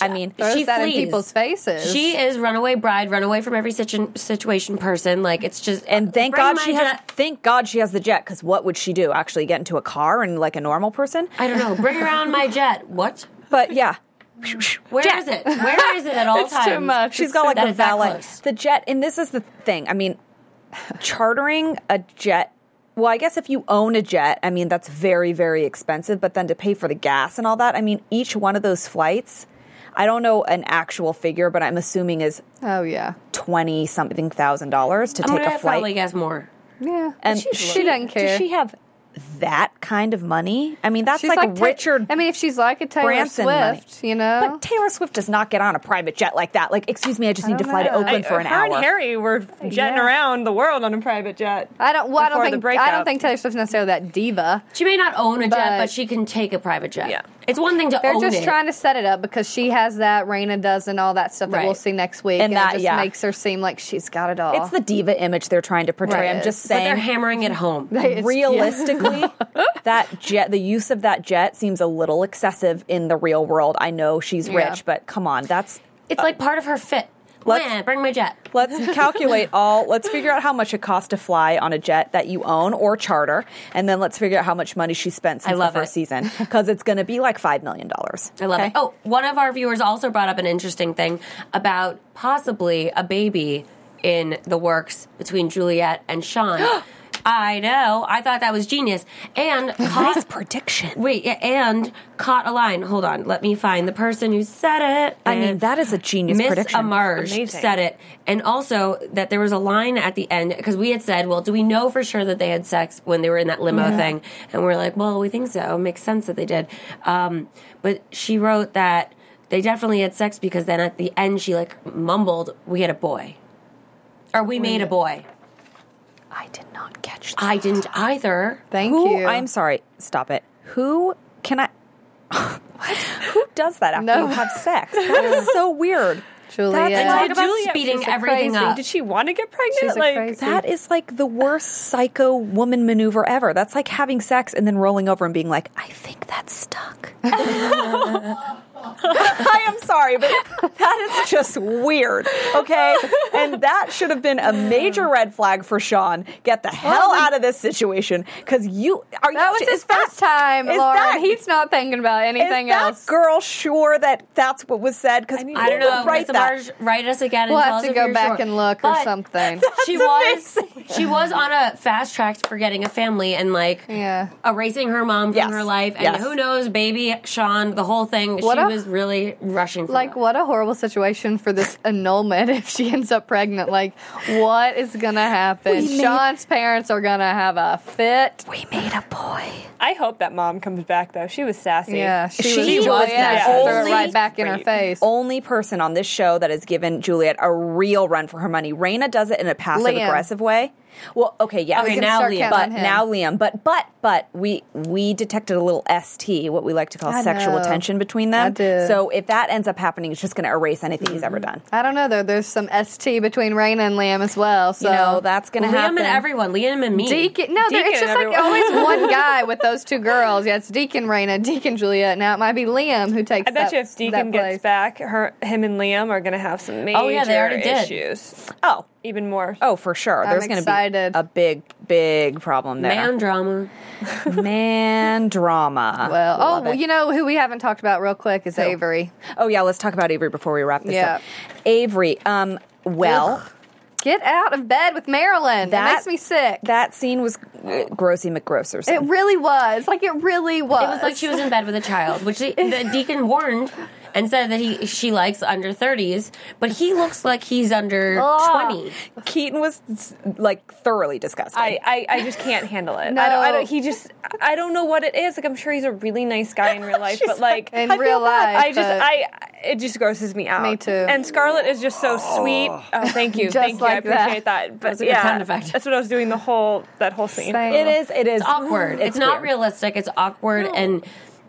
Speaker 2: i mean
Speaker 3: throws that
Speaker 5: flees.
Speaker 3: in people's faces.
Speaker 5: She is runaway bride, runaway from every situ- situation person. Like it's just
Speaker 2: and thank
Speaker 5: Bring
Speaker 2: God
Speaker 5: my
Speaker 2: she has.
Speaker 5: jet-
Speaker 2: Thank God she has the jet. Because what would she do? Actually, get into a car and like a normal person?
Speaker 5: I don't know. Bring around my jet. What?
Speaker 2: But yeah,
Speaker 5: Where is
Speaker 2: Jet.
Speaker 5: it? Where is it at all
Speaker 3: It's too
Speaker 5: times?
Speaker 3: much.
Speaker 2: She's got like
Speaker 5: That
Speaker 2: the
Speaker 5: is that
Speaker 2: valet,
Speaker 5: close.
Speaker 2: the jet, and this is the thing. I mean, chartering a jet. Well, I guess if you own a jet, I mean that's very very expensive. But then to pay for the gas and all that, I mean each one of those flights, I don't know an actual figure, but I'm assuming is
Speaker 3: Oh yeah,
Speaker 2: twenty something thousand dollars to
Speaker 5: I'm
Speaker 2: take
Speaker 5: gonna
Speaker 2: a
Speaker 5: probably
Speaker 2: flight.
Speaker 5: guess more.
Speaker 3: yeah.
Speaker 2: And
Speaker 3: she, she doesn't care.
Speaker 2: Does she have that kind of money? I mean, that's
Speaker 3: She's
Speaker 2: like,
Speaker 3: like, Ta-
Speaker 2: Richard
Speaker 3: I mean, if she's like a Taylor
Speaker 2: Branson
Speaker 3: Swift,
Speaker 2: money.
Speaker 3: you know,
Speaker 2: But Taylor Swift does not get on a private jet like that. Like, excuse me, I just need to fly to
Speaker 3: know.
Speaker 2: Oakland
Speaker 4: I-
Speaker 2: for an
Speaker 4: her
Speaker 2: hour.
Speaker 4: and Harry were jetting
Speaker 3: Yeah.
Speaker 4: around the world on a private jet.
Speaker 3: I don't. Well, I don't
Speaker 4: before the
Speaker 3: think. I
Speaker 4: breakup.
Speaker 3: don't think Taylor Swift's necessarily that diva.
Speaker 5: She may not own a jet,
Speaker 3: But-
Speaker 5: but she can take a private jet.
Speaker 4: Yeah.
Speaker 5: It's one thing to
Speaker 3: They're
Speaker 5: own
Speaker 3: just
Speaker 5: it.
Speaker 3: trying to set it up because she has that Raina does and all that stuff that we'll
Speaker 5: Right.
Speaker 3: see next week,
Speaker 2: And
Speaker 3: and,
Speaker 2: that-
Speaker 3: it just
Speaker 2: yeah.
Speaker 3: makes her seem like she's got it all.
Speaker 2: It's the diva image they're trying to portray.
Speaker 3: Right.
Speaker 2: I'm just
Speaker 5: but they're
Speaker 2: saying.
Speaker 5: hammering it home.
Speaker 3: It's-
Speaker 2: realistically that jet the use of that jet seems a little excessive in the real world i know she's
Speaker 3: Yeah.
Speaker 2: rich but come on that's
Speaker 5: It's like part of her fit.
Speaker 2: Let's-
Speaker 5: Meh, bring my jet.
Speaker 2: let's calculate all let's figure out how much it costs to fly on a jet that you own or charter and then let's figure out how much money she spent since
Speaker 5: I love
Speaker 2: the first
Speaker 5: it.
Speaker 2: season because it's going to be like $5 million
Speaker 5: I love
Speaker 2: Okay?
Speaker 5: it. Oh, one of our viewers also brought up an interesting thing about possibly a baby in the works between Juliet and Sean. I know. I thought that was genius. And
Speaker 2: nice
Speaker 5: caught,
Speaker 2: prediction
Speaker 5: wait, yeah, and caught a line. Hold on, let me find the person who said it.
Speaker 2: I mean, that is a genius
Speaker 5: Miss
Speaker 2: prediction.
Speaker 5: Amarge
Speaker 4: Amazing.
Speaker 5: said it, and also that there was a line at the end because we had said, "Well, do we know for sure that they had sex when they were in that limo thing?" And we are like, "Well, we think so. It makes sense that they did." Um, but she wrote that they definitely had sex because then at the end she like mumbled, "We had a boy," or "We made a boy."
Speaker 2: i did not catch that
Speaker 5: I didn't either.
Speaker 3: Thank
Speaker 2: who,
Speaker 3: you.
Speaker 2: i'm sorry stop it who can i who does that after
Speaker 3: No.
Speaker 2: you have sex that is so weird
Speaker 3: Juliet.
Speaker 2: That's
Speaker 5: And
Speaker 2: why
Speaker 5: talk
Speaker 4: Oh,
Speaker 5: about
Speaker 4: Juliet,
Speaker 5: speeding
Speaker 3: she's a
Speaker 5: everything
Speaker 3: crazy-
Speaker 5: up.
Speaker 4: Did she want to get pregnant?
Speaker 3: She's a
Speaker 4: like
Speaker 3: crazy-
Speaker 2: That is like the worst psycho woman maneuver ever. That's like having sex and then rolling over and being like, I think that's stuck. I am sorry, but that is just weird, okay? And that should have been a major red flag for Sean. Get the hell out of this situation because you are
Speaker 3: that was
Speaker 2: you,
Speaker 3: his
Speaker 2: is that-
Speaker 3: first time,
Speaker 2: is
Speaker 3: Lauren.
Speaker 2: that-
Speaker 3: He's not thinking about
Speaker 2: is
Speaker 3: anything
Speaker 2: that
Speaker 3: else.
Speaker 2: girl sure that that's what was said? Because
Speaker 5: I don't know.
Speaker 2: Right,
Speaker 5: Miss Amarge, write us again. And
Speaker 3: We'll
Speaker 5: tell
Speaker 3: have
Speaker 5: us
Speaker 3: to
Speaker 5: if
Speaker 3: go
Speaker 5: you're
Speaker 3: back
Speaker 5: sure.
Speaker 3: and look or
Speaker 5: But-
Speaker 3: something.
Speaker 5: she was she was on a fast track for getting a family and like
Speaker 3: Yeah.
Speaker 5: erasing her mom from
Speaker 2: Yes.
Speaker 5: her life and
Speaker 2: Yes.
Speaker 5: who knows baby Sean the whole thing
Speaker 3: What
Speaker 5: she
Speaker 3: a-
Speaker 5: was really rushing for
Speaker 3: Like,
Speaker 5: that.
Speaker 3: what a horrible situation for this annulment if she ends up pregnant. Like, what is gonna happen?
Speaker 2: We made-
Speaker 3: Sean's parents are gonna have a fit.
Speaker 2: we made a boy.
Speaker 4: I hope that mom comes back though. She was sassy.
Speaker 3: Yeah, she,
Speaker 2: She
Speaker 3: was,
Speaker 2: was
Speaker 3: Juliet.
Speaker 2: the
Speaker 3: Threw it
Speaker 2: only-
Speaker 3: right back in her face.
Speaker 2: only person on this show that has given Juliet a real run for her money. Raina does it in a passive
Speaker 3: Liam.
Speaker 2: aggressive way. Well, okay, yeah,
Speaker 5: Okay,
Speaker 3: can
Speaker 5: now
Speaker 3: start
Speaker 5: Liam.
Speaker 3: counting
Speaker 2: but
Speaker 3: on him.
Speaker 2: now Liam, but but but we we detected a little ST, what we like to call
Speaker 3: I
Speaker 2: sexual
Speaker 3: know.
Speaker 2: tension between
Speaker 3: I
Speaker 2: them.
Speaker 3: do.
Speaker 2: So if that ends up happening, it's just going to erase anything he's ever done.
Speaker 3: I don't know though. There's some ST between Raina and Liam as well. So
Speaker 2: You know, that's going to
Speaker 5: Liam
Speaker 2: happen.
Speaker 5: and everyone Liam and me
Speaker 3: Deacon. No, there- it's
Speaker 4: Deacon
Speaker 3: just like
Speaker 4: everyone.
Speaker 3: always one guy with those two girls. Yeah, it's Deacon Raina, Deacon Juliet. Now it might be Liam who takes.
Speaker 4: I bet
Speaker 3: that,
Speaker 4: you if
Speaker 3: that
Speaker 4: Deacon gets
Speaker 3: place.
Speaker 4: back, her, him, and Liam are going to have some major
Speaker 5: Oh, yeah, they already did.
Speaker 4: issues.
Speaker 2: oh,
Speaker 4: Even more.
Speaker 2: oh, for sure. There's going to
Speaker 3: excited.
Speaker 2: be a big big problem
Speaker 5: man
Speaker 2: there.
Speaker 5: drama
Speaker 2: Man, drama.
Speaker 3: Well, oh,
Speaker 2: Love
Speaker 3: well,
Speaker 2: it.
Speaker 3: you know who we haven't talked about real quick is Avery.
Speaker 2: Oh yeah, let's talk about Avery before we wrap this
Speaker 3: Yeah.
Speaker 2: up. Avery, um, well,
Speaker 3: Get out of bed with Marilyn.
Speaker 2: That-
Speaker 3: That makes me sick.
Speaker 2: that scene was uh, grossy McGrocer's.
Speaker 3: it really was. Like it really was.
Speaker 5: it was like she was in bed with a child which the, the deacon warned and said that he she likes under 30s but he looks like he's under
Speaker 3: Ugh.
Speaker 5: 20
Speaker 2: Keaton was s- like thoroughly disgusted.
Speaker 4: I, I, I just can't handle it. I, don't, I
Speaker 3: No.
Speaker 4: don't. He just. I don't know what it is. Like I'm sure he's a really nice guy in real life, but like
Speaker 3: in
Speaker 4: I,
Speaker 3: real life.
Speaker 4: I just
Speaker 3: but-
Speaker 4: I it just grosses me out.
Speaker 3: Me too.
Speaker 4: And Scarlett is just so sweet. Oh, thank you,
Speaker 3: Just
Speaker 4: thank
Speaker 3: like
Speaker 4: you. I appreciate
Speaker 3: that.
Speaker 4: that. But
Speaker 5: was a good
Speaker 4: yeah,
Speaker 5: sound effect.
Speaker 4: that's what I was doing the whole that whole scene.
Speaker 3: Same.
Speaker 2: it is. It is
Speaker 5: It's awkward. It's, not
Speaker 2: weird.
Speaker 5: realistic. It's awkward, and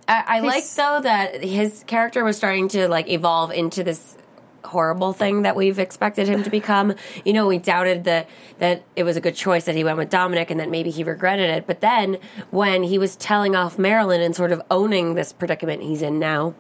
Speaker 5: I, I like
Speaker 3: He's-
Speaker 5: though that his character was starting to like evolve into this horrible thing that we've expected him to become. You know, we doubted that that it was a good choice that he went with Dominic, and that maybe he regretted it. But then when he was telling off Marilyn and sort of owning this predicament he's in now,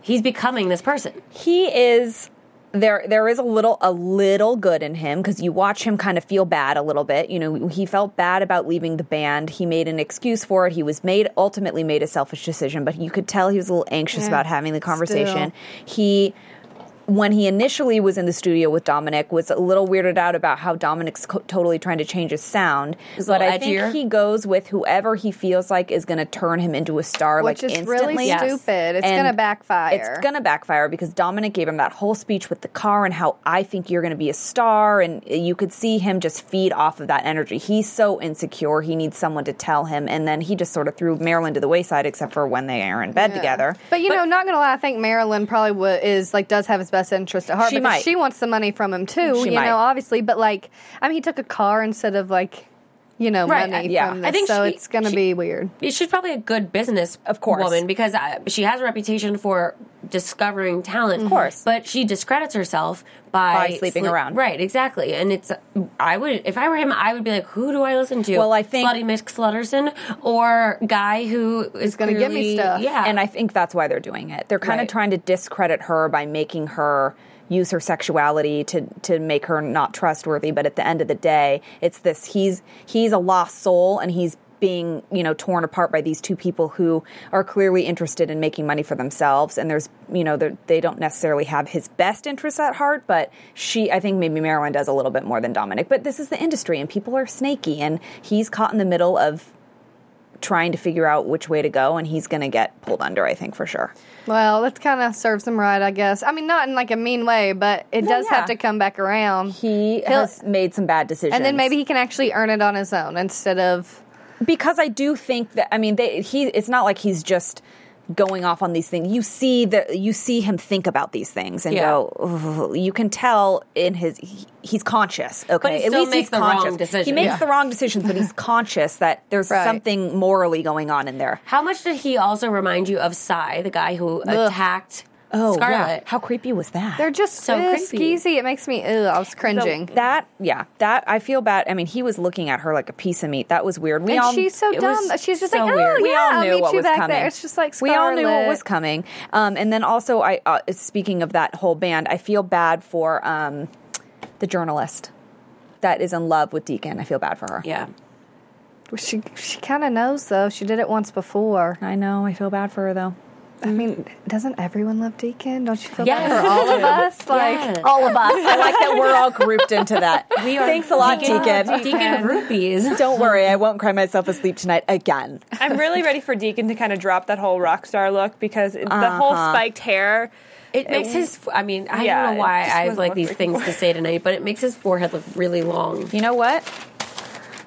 Speaker 5: he's becoming this person.
Speaker 2: He is. There, there is a little, a little good in him because you watch him kind of feel bad a little bit. You know, he felt bad about leaving the band. He made an excuse for it. He was made ultimately made a selfish decision, but you could tell he was a little anxious about having the conversation. He when he initially was in the studio with Dominic, was a little weirded out about how Dominic's co- totally trying to change his sound.
Speaker 5: He's a
Speaker 2: But
Speaker 5: little
Speaker 2: I think
Speaker 5: edgier.
Speaker 2: he goes with whoever he feels like is going to turn him into a star,
Speaker 3: Which
Speaker 2: like
Speaker 3: is
Speaker 2: instantly.
Speaker 3: really
Speaker 5: Yes.
Speaker 3: stupid. It's
Speaker 2: And
Speaker 3: gonna backfire.
Speaker 2: It's going to backfire because Dominic gave him that whole speech with the car and how I think you're going to be a star. And you could see him just feed off of that energy. He's so insecure. He needs someone to tell him. And then he just sort of threw Marilyn to the wayside, except for when they are in bed together.
Speaker 3: But you know, not gonna lie, I think Marilyn probably wa is like does have his best interest at heart.
Speaker 2: She
Speaker 3: because
Speaker 2: might.
Speaker 3: She wants the money from him too.
Speaker 2: She
Speaker 3: you
Speaker 2: might.
Speaker 3: know, obviously. But like, I mean, he took a car instead of like, you know,
Speaker 5: Right,
Speaker 3: money.
Speaker 2: yeah.
Speaker 3: From
Speaker 2: I
Speaker 3: this,
Speaker 5: think
Speaker 3: so.
Speaker 5: she-
Speaker 3: it's gonna
Speaker 5: she-
Speaker 3: be weird.
Speaker 5: she's probably a good business
Speaker 2: Of course.
Speaker 5: woman because I, she has a reputation for discovering talent of
Speaker 2: course.
Speaker 5: but she discredits herself by,
Speaker 2: By sleeping around.
Speaker 5: right exactly and it's i would if i were him i would be like who do i listen to
Speaker 2: Well, I think-
Speaker 5: slutty miss slutterson or guy who is
Speaker 3: gonna
Speaker 5: going to
Speaker 3: give me stuff.
Speaker 5: yeah
Speaker 2: And I think that's why they're doing it. They're kind
Speaker 5: Right.
Speaker 2: of trying to discredit her by making her use her sexuality to to make her not trustworthy, but at the end of the day, it's this he's he's a lost soul and he's being, you know, torn apart by these two people who are clearly interested in making money for themselves and there's, you know, they're- they don't necessarily have his best interests at heart, but she I think maybe Marilyn does a little bit more than Dominic, but this is the industry and people are snaky and he's caught in the middle of trying to figure out which way to go, and he's going to get pulled under, I think, for sure.
Speaker 3: Well, that kind of serves him right, I guess. I mean, not in like a mean way, but it does
Speaker 2: yeah.
Speaker 3: have to come back around.
Speaker 2: He
Speaker 3: He'll-
Speaker 2: has made some bad decisions.
Speaker 3: and then maybe he can actually earn it on his own instead of
Speaker 2: because I do think that I mean they, he it's not like he's just going off on these things. You see the you see him think about these things and
Speaker 5: Yeah.
Speaker 2: go. "Ugh." You can tell in his he, he's conscious. Okay,
Speaker 5: he
Speaker 2: at
Speaker 5: still
Speaker 2: least
Speaker 5: makes
Speaker 2: he's
Speaker 5: the wrong
Speaker 2: conscious. He
Speaker 5: decision.
Speaker 2: makes
Speaker 5: Yeah.
Speaker 2: the wrong decisions, but he's conscious that there's
Speaker 3: Right.
Speaker 2: something morally going on in there.
Speaker 5: how much did he also remind you of Psy, the guy who attacked
Speaker 2: Oh, yeah.
Speaker 5: Scarlet?
Speaker 2: How creepy was that?
Speaker 3: they're just
Speaker 5: So
Speaker 3: so
Speaker 5: creepy.
Speaker 3: skeezy. It makes me ew, I was
Speaker 2: So
Speaker 3: cringing.
Speaker 2: that yeah, that I feel bad. I mean, he was looking at her like a piece of meat. That was weird. We
Speaker 3: and
Speaker 2: all
Speaker 3: she's so
Speaker 5: it
Speaker 3: dumb.
Speaker 5: was
Speaker 3: She's just
Speaker 5: so
Speaker 3: like, oh
Speaker 5: weird.
Speaker 3: yeah,
Speaker 2: we all
Speaker 3: I'll
Speaker 2: knew
Speaker 3: meet
Speaker 2: what
Speaker 3: you
Speaker 2: was
Speaker 3: back
Speaker 2: coming.
Speaker 3: there. It's just like
Speaker 2: we all knew what
Speaker 3: Scarlet.
Speaker 2: was coming. Um, and then also, I uh, speaking of that whole band, I feel bad for um, the journalist that is in love with Deacon. I feel bad for her.
Speaker 5: yeah.
Speaker 3: She she kind of knows though. She did it once before.
Speaker 2: I know. I feel bad for her though.
Speaker 3: I mean, doesn't everyone love Deacon? Don't you feel
Speaker 5: Yes.
Speaker 3: bad for all of us? Like,
Speaker 5: Yes.
Speaker 2: All of us. I like that we're all grouped into that.
Speaker 5: We are
Speaker 2: Thanks a lot, Deacon.
Speaker 5: Deacon Rupees.
Speaker 2: Don't worry, I won't cry myself asleep tonight again.
Speaker 4: I'm really ready for Deacon to kind of drop that whole rock star look because it, the whole
Speaker 5: Uh-huh.
Speaker 4: spiked hair.
Speaker 5: It makes his. I mean, I
Speaker 4: Yeah,
Speaker 5: don't know
Speaker 4: it
Speaker 5: why
Speaker 4: just
Speaker 5: I have
Speaker 4: wasn't
Speaker 5: like
Speaker 4: working
Speaker 5: these things to say tonight, but it makes his forehead look really long,
Speaker 2: You know what?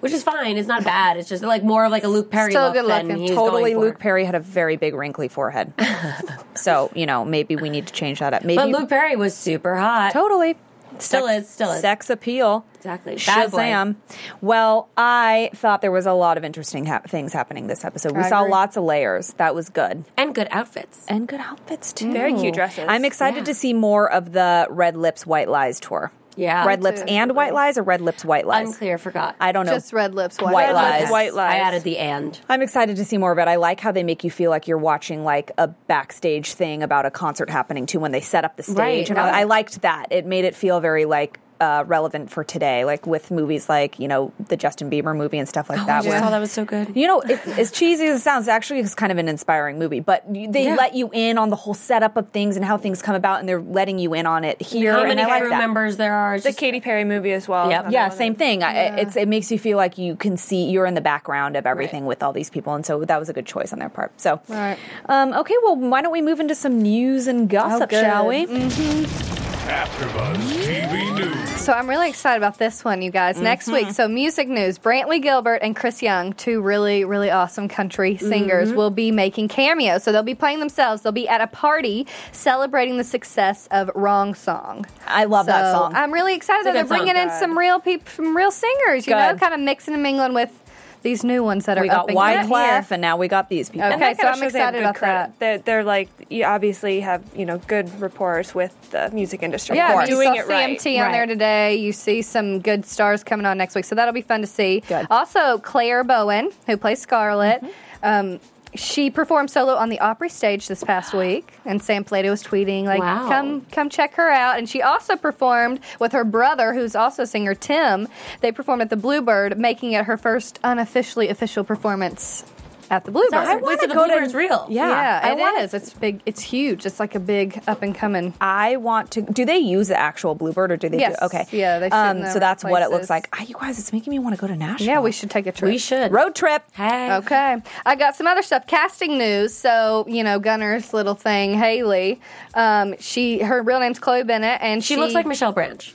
Speaker 5: which is fine. It's not bad. It's just like more of like a Luke Perry
Speaker 3: Still
Speaker 5: look
Speaker 3: good
Speaker 5: than
Speaker 3: looking.
Speaker 5: he's
Speaker 2: totally,
Speaker 5: going for.
Speaker 2: Luke Perry had a very big wrinkly forehead. so you know, maybe we need to change that up. Maybe
Speaker 5: But Luke Perry was super hot.
Speaker 2: Totally.
Speaker 5: Still is, still is.
Speaker 2: Sex appeal.
Speaker 5: Exactly. Bad boy.
Speaker 2: Shazam. Well, I thought there was a lot of interesting hap things happening this episode. We
Speaker 3: I
Speaker 2: saw
Speaker 3: agree.
Speaker 2: lots of layers. That was good.
Speaker 5: and good outfits.
Speaker 2: And good outfits, too.
Speaker 4: Very cute dresses.
Speaker 2: I'm excited
Speaker 5: Yeah.
Speaker 2: to see more of the Red Lips, White Lies tour.
Speaker 5: Yeah.
Speaker 2: Red
Speaker 5: Me
Speaker 2: Lips
Speaker 3: too.
Speaker 2: and White Lies or Red Lips, White Lies?
Speaker 5: Unclear. Forgot.
Speaker 2: I don't know.
Speaker 3: just red lips, white,
Speaker 2: White
Speaker 3: lips.
Speaker 2: lies.
Speaker 5: Yes.
Speaker 4: White lies.
Speaker 5: I added the and.
Speaker 2: I'm excited to see more of it. I like how they make you feel like you're watching like a backstage thing about a concert happening too when they set up the stage.
Speaker 5: Right.
Speaker 2: And I, I liked that. It made it feel very like uh, relevant for today, like with movies like you know the Justin Bieber movie and stuff like that.
Speaker 5: Oh, I
Speaker 2: where-
Speaker 5: saw that was so good.
Speaker 2: You know, it, as cheesy as it sounds, actually, it's kind of an inspiring movie. But you- they
Speaker 5: Yeah.
Speaker 2: let you in on the whole setup of things and how things come about, and they're letting you in on it here.
Speaker 5: How
Speaker 2: and
Speaker 5: many
Speaker 2: I like
Speaker 5: crew
Speaker 2: that.
Speaker 5: members there are? It's
Speaker 4: the
Speaker 5: just-
Speaker 4: Katy Perry movie as well.
Speaker 5: Yep.
Speaker 4: Another
Speaker 2: Yeah,
Speaker 4: one that-
Speaker 2: same thing. I I- It's it makes you feel like you can see you're in the background of everything with all these people, and so that was a good choice on their part. So,
Speaker 3: Right.
Speaker 2: um, okay, well, why don't we move into some news and gossip,
Speaker 3: Oh, good. Mm-hmm.
Speaker 2: shall we?
Speaker 6: AfterBuzz TV News.
Speaker 3: So I'm really excited about this one, you guys. Next
Speaker 2: Mm-hmm.
Speaker 3: week, so music news: Brantley Gilbert and Chris Young, two really, really awesome country singers,
Speaker 2: Mm-hmm.
Speaker 3: will be making cameos. So they'll be playing themselves. They'll be at a party celebrating the success of "Wrong Song."
Speaker 2: I love that
Speaker 3: So
Speaker 2: song.
Speaker 3: I'm really excited that
Speaker 5: a
Speaker 3: they're
Speaker 5: good song.
Speaker 3: bringing in some real people, some real singers. You know,
Speaker 2: Good.
Speaker 3: kind of mixing and mingling with these new ones that are
Speaker 2: we
Speaker 3: up
Speaker 2: got
Speaker 3: and coming.
Speaker 2: Wyclef, and now we got these people.
Speaker 3: Okay.
Speaker 4: That kinda
Speaker 3: so I'm
Speaker 4: shows they have
Speaker 3: excited
Speaker 4: good
Speaker 3: about
Speaker 4: credit.
Speaker 3: that.
Speaker 4: They're, they're like you obviously have you know good rapports with the music industry.
Speaker 3: Yeah,
Speaker 4: They're
Speaker 3: I mean,
Speaker 4: doing
Speaker 3: you
Speaker 4: it
Speaker 3: saw
Speaker 4: right.
Speaker 3: CMT on there
Speaker 5: Right.
Speaker 3: today. You see some good stars coming on next week, so that'll be fun to see.
Speaker 2: Good.
Speaker 3: Also, Claire Bowen, who plays Scarlet,
Speaker 2: Mm-hmm.
Speaker 3: um, she performed solo on the Opry stage this past week, and Sam Plato was tweeting like,
Speaker 5: Wow.
Speaker 3: "Come, come check her out." And she also performed with her brother, who's also a singer Tim. They performed at the Bluebird, making it her first unofficially official performance at the Bluebird.
Speaker 5: Sorry, Wait till the
Speaker 2: go to-
Speaker 5: Bluebird is real.
Speaker 2: Yeah.
Speaker 3: yeah,
Speaker 2: I
Speaker 3: it
Speaker 2: wanna-
Speaker 3: is. It's big. It's huge. It's like a big up and coming.
Speaker 2: I want to. Do they use the actual Bluebird or do they?
Speaker 3: Yes.
Speaker 2: Do, okay.
Speaker 3: Yeah, they shoot in
Speaker 2: Um,
Speaker 3: the
Speaker 2: so that's what it looks
Speaker 3: places.
Speaker 2: like. Ah, you guys, it's making me want to go to Nashville.
Speaker 3: Yeah, we should take a trip.
Speaker 5: We should.
Speaker 2: road trip.
Speaker 5: Hey.
Speaker 3: Okay. I got some other stuff. Casting news. So, you know, Gunner's little thing, Haley. Um, she her real name's Chloe Bennett and she,
Speaker 5: She looks like Michelle Branch.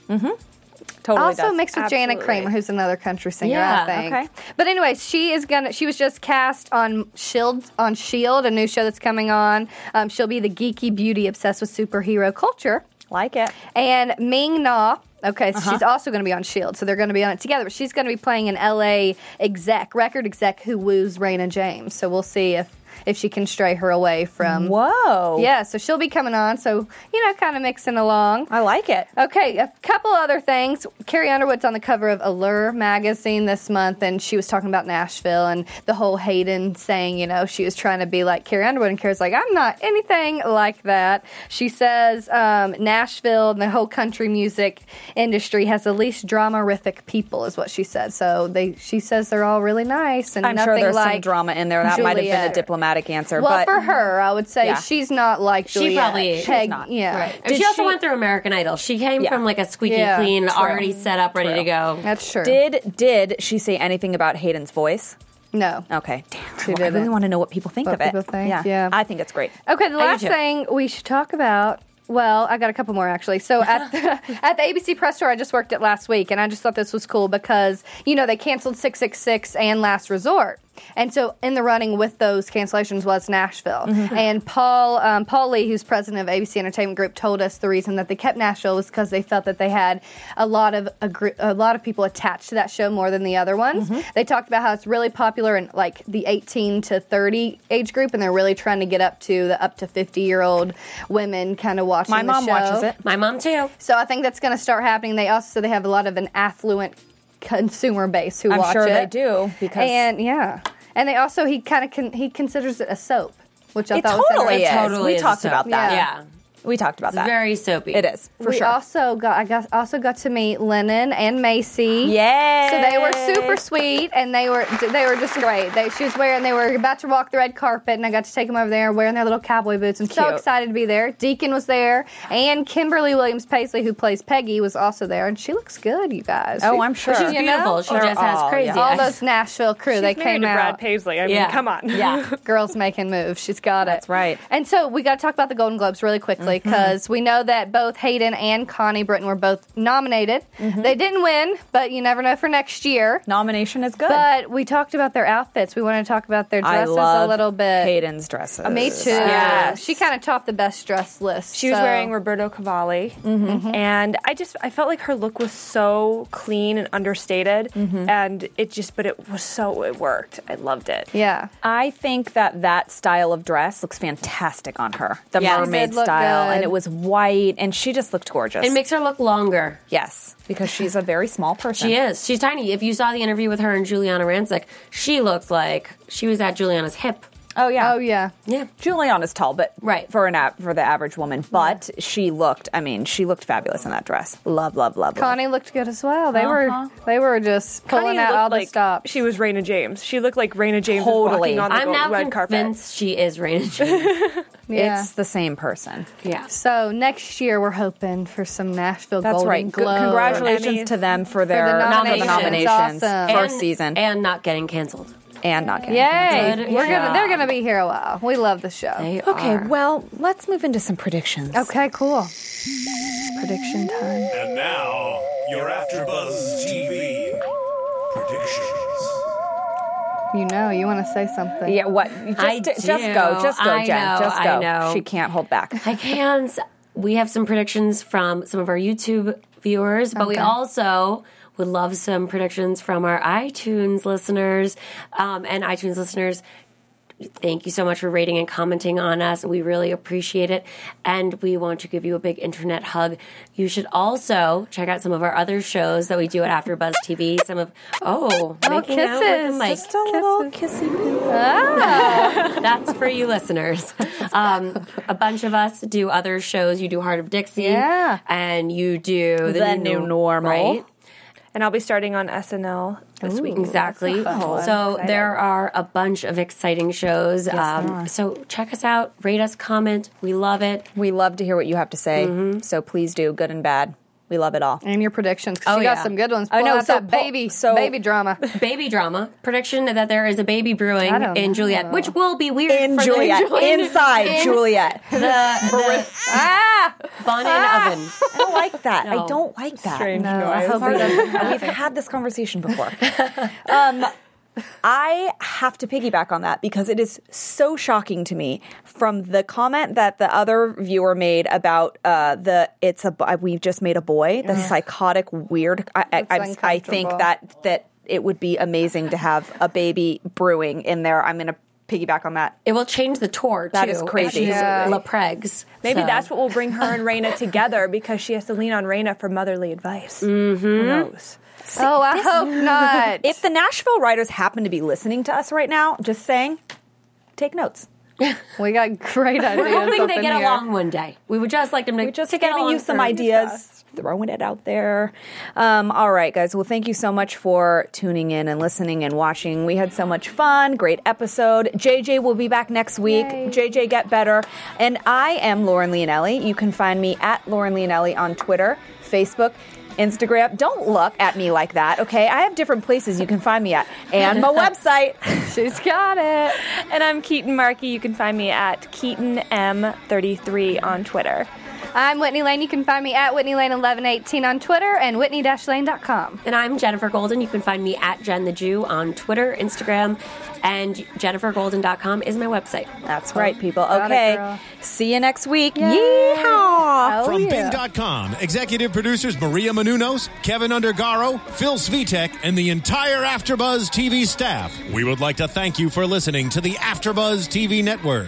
Speaker 2: Totally.
Speaker 3: also
Speaker 2: does.
Speaker 3: mixed with Janet
Speaker 4: Absolutely.
Speaker 3: Kramer, who's another country singer,
Speaker 5: Yeah,
Speaker 3: I think.
Speaker 2: okay.
Speaker 3: But anyway, she is gonna. She was just cast on Shield E on Shield, a new show that's coming on. Um, she'll be the geeky beauty obsessed with superhero culture.
Speaker 2: like it.
Speaker 3: and Ming Na. Okay, so she's also going to be on Shield, E so they're going to be on it together. But she's going to be playing an LA exec, record exec, who woos Raina James. So we'll see if if she can stray her away from.
Speaker 2: Whoa.
Speaker 3: Um, Yeah, so she'll be coming on. So you know, kind of mixing along.
Speaker 2: I like it.
Speaker 3: Okay, a couple other things. Carrie Underwood's on the cover of Allure magazine this month, and she was talking about Nashville and the whole Hayden saying, you know, she was trying to be like Carrie Underwood, and Carrie's like, I'm not anything like that. She says um, Nashville and the whole country music industry has the least dramarific people, is what she said. So they, she says they're all really nice and
Speaker 2: I'm
Speaker 3: nothing
Speaker 2: sure there's
Speaker 3: like
Speaker 2: some drama in there. That might have been a
Speaker 3: Juliet.
Speaker 2: diplomatic answer.
Speaker 3: Well,
Speaker 2: but
Speaker 3: for her, I would say
Speaker 2: Yeah.
Speaker 3: she's not like
Speaker 5: She
Speaker 3: Juliet.
Speaker 5: probably- she's
Speaker 3: Peg-
Speaker 2: not.
Speaker 3: Yeah.
Speaker 5: And she also went through American Idol. She came
Speaker 2: Yeah.
Speaker 5: from like a squeaky
Speaker 3: Yeah,
Speaker 5: clean,
Speaker 3: true.
Speaker 5: already set up, ready to go.
Speaker 3: That's true.
Speaker 2: Did did she say anything about Hayden's voice?
Speaker 3: no.
Speaker 2: Okay, damn.
Speaker 3: She
Speaker 2: I really
Speaker 3: didn't.
Speaker 2: want to know what people think
Speaker 3: What
Speaker 2: of it.
Speaker 3: people think, yeah.
Speaker 2: I think it's great.
Speaker 3: Okay, the
Speaker 5: I do
Speaker 3: last
Speaker 5: too.
Speaker 3: thing we should talk about. Well, I got a couple more actually. So at the, at the ABC press store, I just worked at last week, and I just thought this was cool because you know they canceled Six Six Six and Last Resort, and so in the running with those cancellations was Nashville.
Speaker 5: Mm-hmm.
Speaker 3: And Paul um, Paul Lee, who's president of ABC Entertainment Group, told us the reason that they kept Nashville was because they felt that they had a lot of a, gr- a lot of people attached to that show more than the other ones.
Speaker 2: Mm-hmm.
Speaker 3: They talked about how it's really popular in like the 18 to 30 age group, and they're really trying to get up to the up to 50 year old women kind of watching.
Speaker 2: My
Speaker 3: the
Speaker 2: mom
Speaker 3: show.
Speaker 2: watches it.
Speaker 5: My mom too.
Speaker 3: so I think that's going to start happening. They also they have a lot of an affluent consumer base who
Speaker 2: I'm
Speaker 3: watch
Speaker 2: sure
Speaker 3: it.
Speaker 2: they do because
Speaker 3: and yeah, and they also he kind of con- he considers it a soap, which I
Speaker 2: it
Speaker 3: thought was
Speaker 2: totally
Speaker 3: interesting.
Speaker 2: is.
Speaker 5: Totally
Speaker 2: we
Speaker 5: is a
Speaker 2: talked
Speaker 5: soap.
Speaker 2: about that.
Speaker 3: Yeah.
Speaker 5: Yeah.
Speaker 2: we talked about that.
Speaker 5: Very soapy.
Speaker 2: It is for
Speaker 3: we
Speaker 2: sure.
Speaker 3: also got I got also got to meet Lennon and Macy.
Speaker 2: Yay.
Speaker 3: So they were super sweet and they were they were just great. They she was wearing they were about to walk the red carpet and I got to take them over there wearing their little cowboy boots. I'm so
Speaker 2: Cute.
Speaker 3: excited to be there. Deacon was there and Kimberly Williams Paisley who plays Peggy was also there and she looks good, you guys.
Speaker 2: Oh, I'm sure.
Speaker 5: She's
Speaker 3: You
Speaker 5: beautiful.
Speaker 3: know?
Speaker 5: She
Speaker 2: They're
Speaker 5: just has
Speaker 2: all-
Speaker 5: crazy
Speaker 2: yeah.
Speaker 3: all
Speaker 5: eyes.
Speaker 3: those Nashville crew they
Speaker 4: married
Speaker 3: came
Speaker 4: to
Speaker 3: out.
Speaker 4: Brad Paisley. I mean,
Speaker 5: Yeah.
Speaker 4: come on.
Speaker 5: Yeah.
Speaker 3: Girls making moves. She's got it.
Speaker 2: That's right. Mm-hmm.
Speaker 3: And so we got to talk about the Golden Globes really quickly because we know that both Hayden and Connie Britton were both nominated.
Speaker 2: Mm-hmm.
Speaker 3: They didn't win, but you never know for next year.
Speaker 2: Nomination is good.
Speaker 3: But we talked about their outfits. We want to talk about their
Speaker 2: I
Speaker 3: dresses
Speaker 2: love
Speaker 3: a little bit.
Speaker 2: Hayden's dresses.
Speaker 3: Me too.
Speaker 2: Yes.
Speaker 3: She kind of topped the best dress list.
Speaker 4: She was
Speaker 3: so- Mm-hmm.
Speaker 4: wearing Roberto Cavalli, and I just I felt like her look was so clean and understated,
Speaker 3: Mm-hmm.
Speaker 4: and it just but it was so it worked. I loved it.
Speaker 3: Yeah.
Speaker 2: I think that that style of dress looks fantastic on her. The
Speaker 5: Yeah. She
Speaker 2: mermaid
Speaker 3: did look
Speaker 2: style,
Speaker 3: good.
Speaker 2: and it was white, and she just looked gorgeous.
Speaker 5: It makes her look longer.
Speaker 2: yes, because she's a very small person.
Speaker 5: She is. She's tiny. If you saw the interview with her and Juliana Rancic, she looked like she was at Juliana's hip.
Speaker 2: Oh yeah.
Speaker 3: Oh, yeah.
Speaker 5: Yeah.
Speaker 2: Julian is tall, but
Speaker 5: Right.
Speaker 2: for an a- for the average woman, but she looked. I mean, she looked fabulous in that dress. Love, love, love. love.
Speaker 3: Connie looked good as well. They
Speaker 2: Uh-huh.
Speaker 3: were they were just pulling
Speaker 4: Connie
Speaker 3: out
Speaker 4: looked
Speaker 3: all the
Speaker 4: like
Speaker 3: stops.
Speaker 4: She was Raina James. She looked like Raina James was
Speaker 2: Totally.
Speaker 4: walking on the
Speaker 5: I'm
Speaker 4: gold-
Speaker 5: now
Speaker 4: red
Speaker 5: convinced
Speaker 4: carpet.
Speaker 5: she is Raina James.
Speaker 3: yeah.
Speaker 2: It's the same person.
Speaker 5: yeah.
Speaker 3: so next year we're hoping for some Nashville
Speaker 2: That's
Speaker 3: Golden
Speaker 2: right. Good-
Speaker 3: Globe.
Speaker 2: Congratulations
Speaker 4: Emmys.
Speaker 2: to them for their
Speaker 3: the
Speaker 2: nominations,
Speaker 5: nominations.
Speaker 3: Awesome.
Speaker 2: first
Speaker 5: And-
Speaker 2: season and,
Speaker 5: And not getting canceled.
Speaker 2: not getting
Speaker 3: Yay!
Speaker 5: Good
Speaker 3: We're gonna
Speaker 5: job.
Speaker 3: they're gonna be here a while. We love the show.
Speaker 5: They
Speaker 2: Okay,
Speaker 5: are.
Speaker 2: well, let's move into some predictions.
Speaker 3: okay, cool. Prediction time.
Speaker 6: And now, your AfterBuzz TV predictions.
Speaker 3: You know, you want to say something.
Speaker 2: Yeah, what? Just,
Speaker 5: I
Speaker 2: just go,
Speaker 5: do.
Speaker 2: just go,
Speaker 5: I
Speaker 2: Jen.
Speaker 5: know,
Speaker 2: just
Speaker 5: I
Speaker 2: go.
Speaker 5: know.
Speaker 2: She can't hold back.
Speaker 5: I can. s- We have some predictions from some of our YouTube viewers, but we
Speaker 3: Okay.
Speaker 5: also would love some predictions from our iTunes listeners um, and iTunes listeners. Thank you so much for rating and commenting on us. We really appreciate it. And we want to give you a big internet hug. You should also check out some of our other shows that we do at AfterBuzz TV. Some of, oh, making out with
Speaker 3: kisses.
Speaker 5: the mic.
Speaker 2: just a little kissy poo.
Speaker 5: That's for you listeners. Um, a bunch of us do other shows. You do Heart of Dixie.
Speaker 3: Yeah.
Speaker 5: And you do The,
Speaker 2: The New Normal.
Speaker 5: Right?
Speaker 4: And I'll be starting on SNL
Speaker 5: this week. Exactly.
Speaker 3: that's fun.
Speaker 5: So there are a bunch of exciting shows. um, so check us out, rate us, comment. We love it.
Speaker 2: We love to hear what you have to say.
Speaker 5: Mm-hmm.
Speaker 2: So please do, good and bad. We love it all.
Speaker 3: And your predictions, 'cause
Speaker 5: Oh,
Speaker 3: you got
Speaker 5: yeah.
Speaker 3: some good ones.
Speaker 2: I
Speaker 3: Pull
Speaker 2: know,
Speaker 3: out
Speaker 2: so
Speaker 3: that
Speaker 2: pull-
Speaker 3: baby,
Speaker 2: so-
Speaker 3: baby drama.
Speaker 5: Baby drama prediction that there is a baby brewing
Speaker 3: I don't
Speaker 5: in
Speaker 3: know.
Speaker 5: Juliet, which will be weird
Speaker 2: In
Speaker 5: for
Speaker 2: Juliet,
Speaker 5: the Juliet
Speaker 2: inside
Speaker 5: in
Speaker 2: Juliet.
Speaker 5: the, the
Speaker 3: ah,
Speaker 5: bun in oven.
Speaker 2: I don't like that.
Speaker 5: No.
Speaker 2: I don't like that.
Speaker 4: Strange
Speaker 3: No, I
Speaker 4: noise.
Speaker 3: hope
Speaker 2: Part of- we've had this conversation before. Um, I have to piggyback on that because it is so shocking to me from the comment that the other viewer made about uh, the it's a bo- we've just made a boy the psychotic weird. I, I,
Speaker 3: That's
Speaker 2: I, I think
Speaker 3: Mm. uncomfortable.
Speaker 2: that that it would be amazing to have a baby brewing in there. I'm going to piggyback on that.
Speaker 5: It will change the tour
Speaker 2: That
Speaker 5: too.
Speaker 2: is crazy.
Speaker 5: She's
Speaker 3: Yeah.
Speaker 5: La Pregs.
Speaker 4: Maybe
Speaker 5: so.
Speaker 4: that's what will bring her and Raina together because she has to lean on Raina for motherly advice. Mm-hmm. Who knows?
Speaker 3: oh, I hope not.
Speaker 2: If the Nashville writers happen to be listening to us right now, just saying, take notes.
Speaker 3: we got great ideas.
Speaker 5: We're hoping
Speaker 3: up
Speaker 5: they
Speaker 3: in
Speaker 5: get
Speaker 3: here.
Speaker 5: along one day. We would just like them to,
Speaker 2: We're just
Speaker 5: to get
Speaker 2: giving
Speaker 5: along
Speaker 2: you some
Speaker 5: for-
Speaker 2: ideas, throwing it out there. Um, all right, guys. Well, thank you so much for tuning in and listening and watching. We had so much fun. Great episode. JJ will be back next week. JJ, get better. And I am Lauren Leonelli. You can find me at Lauren Leonelli on Twitter, Facebook. Instagram. Don't look at me like that, okay? I have different places you can find me at and my website.
Speaker 3: She's got it.
Speaker 4: And I'm Keaton Markey. You can find me at KeatonM33 on Twitter.
Speaker 3: I'm Whitney Lane. You can find me at Whitney Lane 1118 on Twitter and Whitney-Lane.com.
Speaker 5: And I'm Jennifer Golden. You can find me at Jen the Jew on Twitter, Instagram, and jennifergolden.com is my website.
Speaker 2: That's right, people.
Speaker 3: Got it,
Speaker 2: Okay.
Speaker 3: girl.
Speaker 2: See you next week. Yeehaw!
Speaker 3: Oh,
Speaker 1: From
Speaker 3: yeah.
Speaker 1: Bing.com, executive producers Maria Manunos, Kevin Undergaro, Phil Svitek, and the entire Afterbuzz TV staff. We would like to thank you for listening to the Afterbuzz TV network.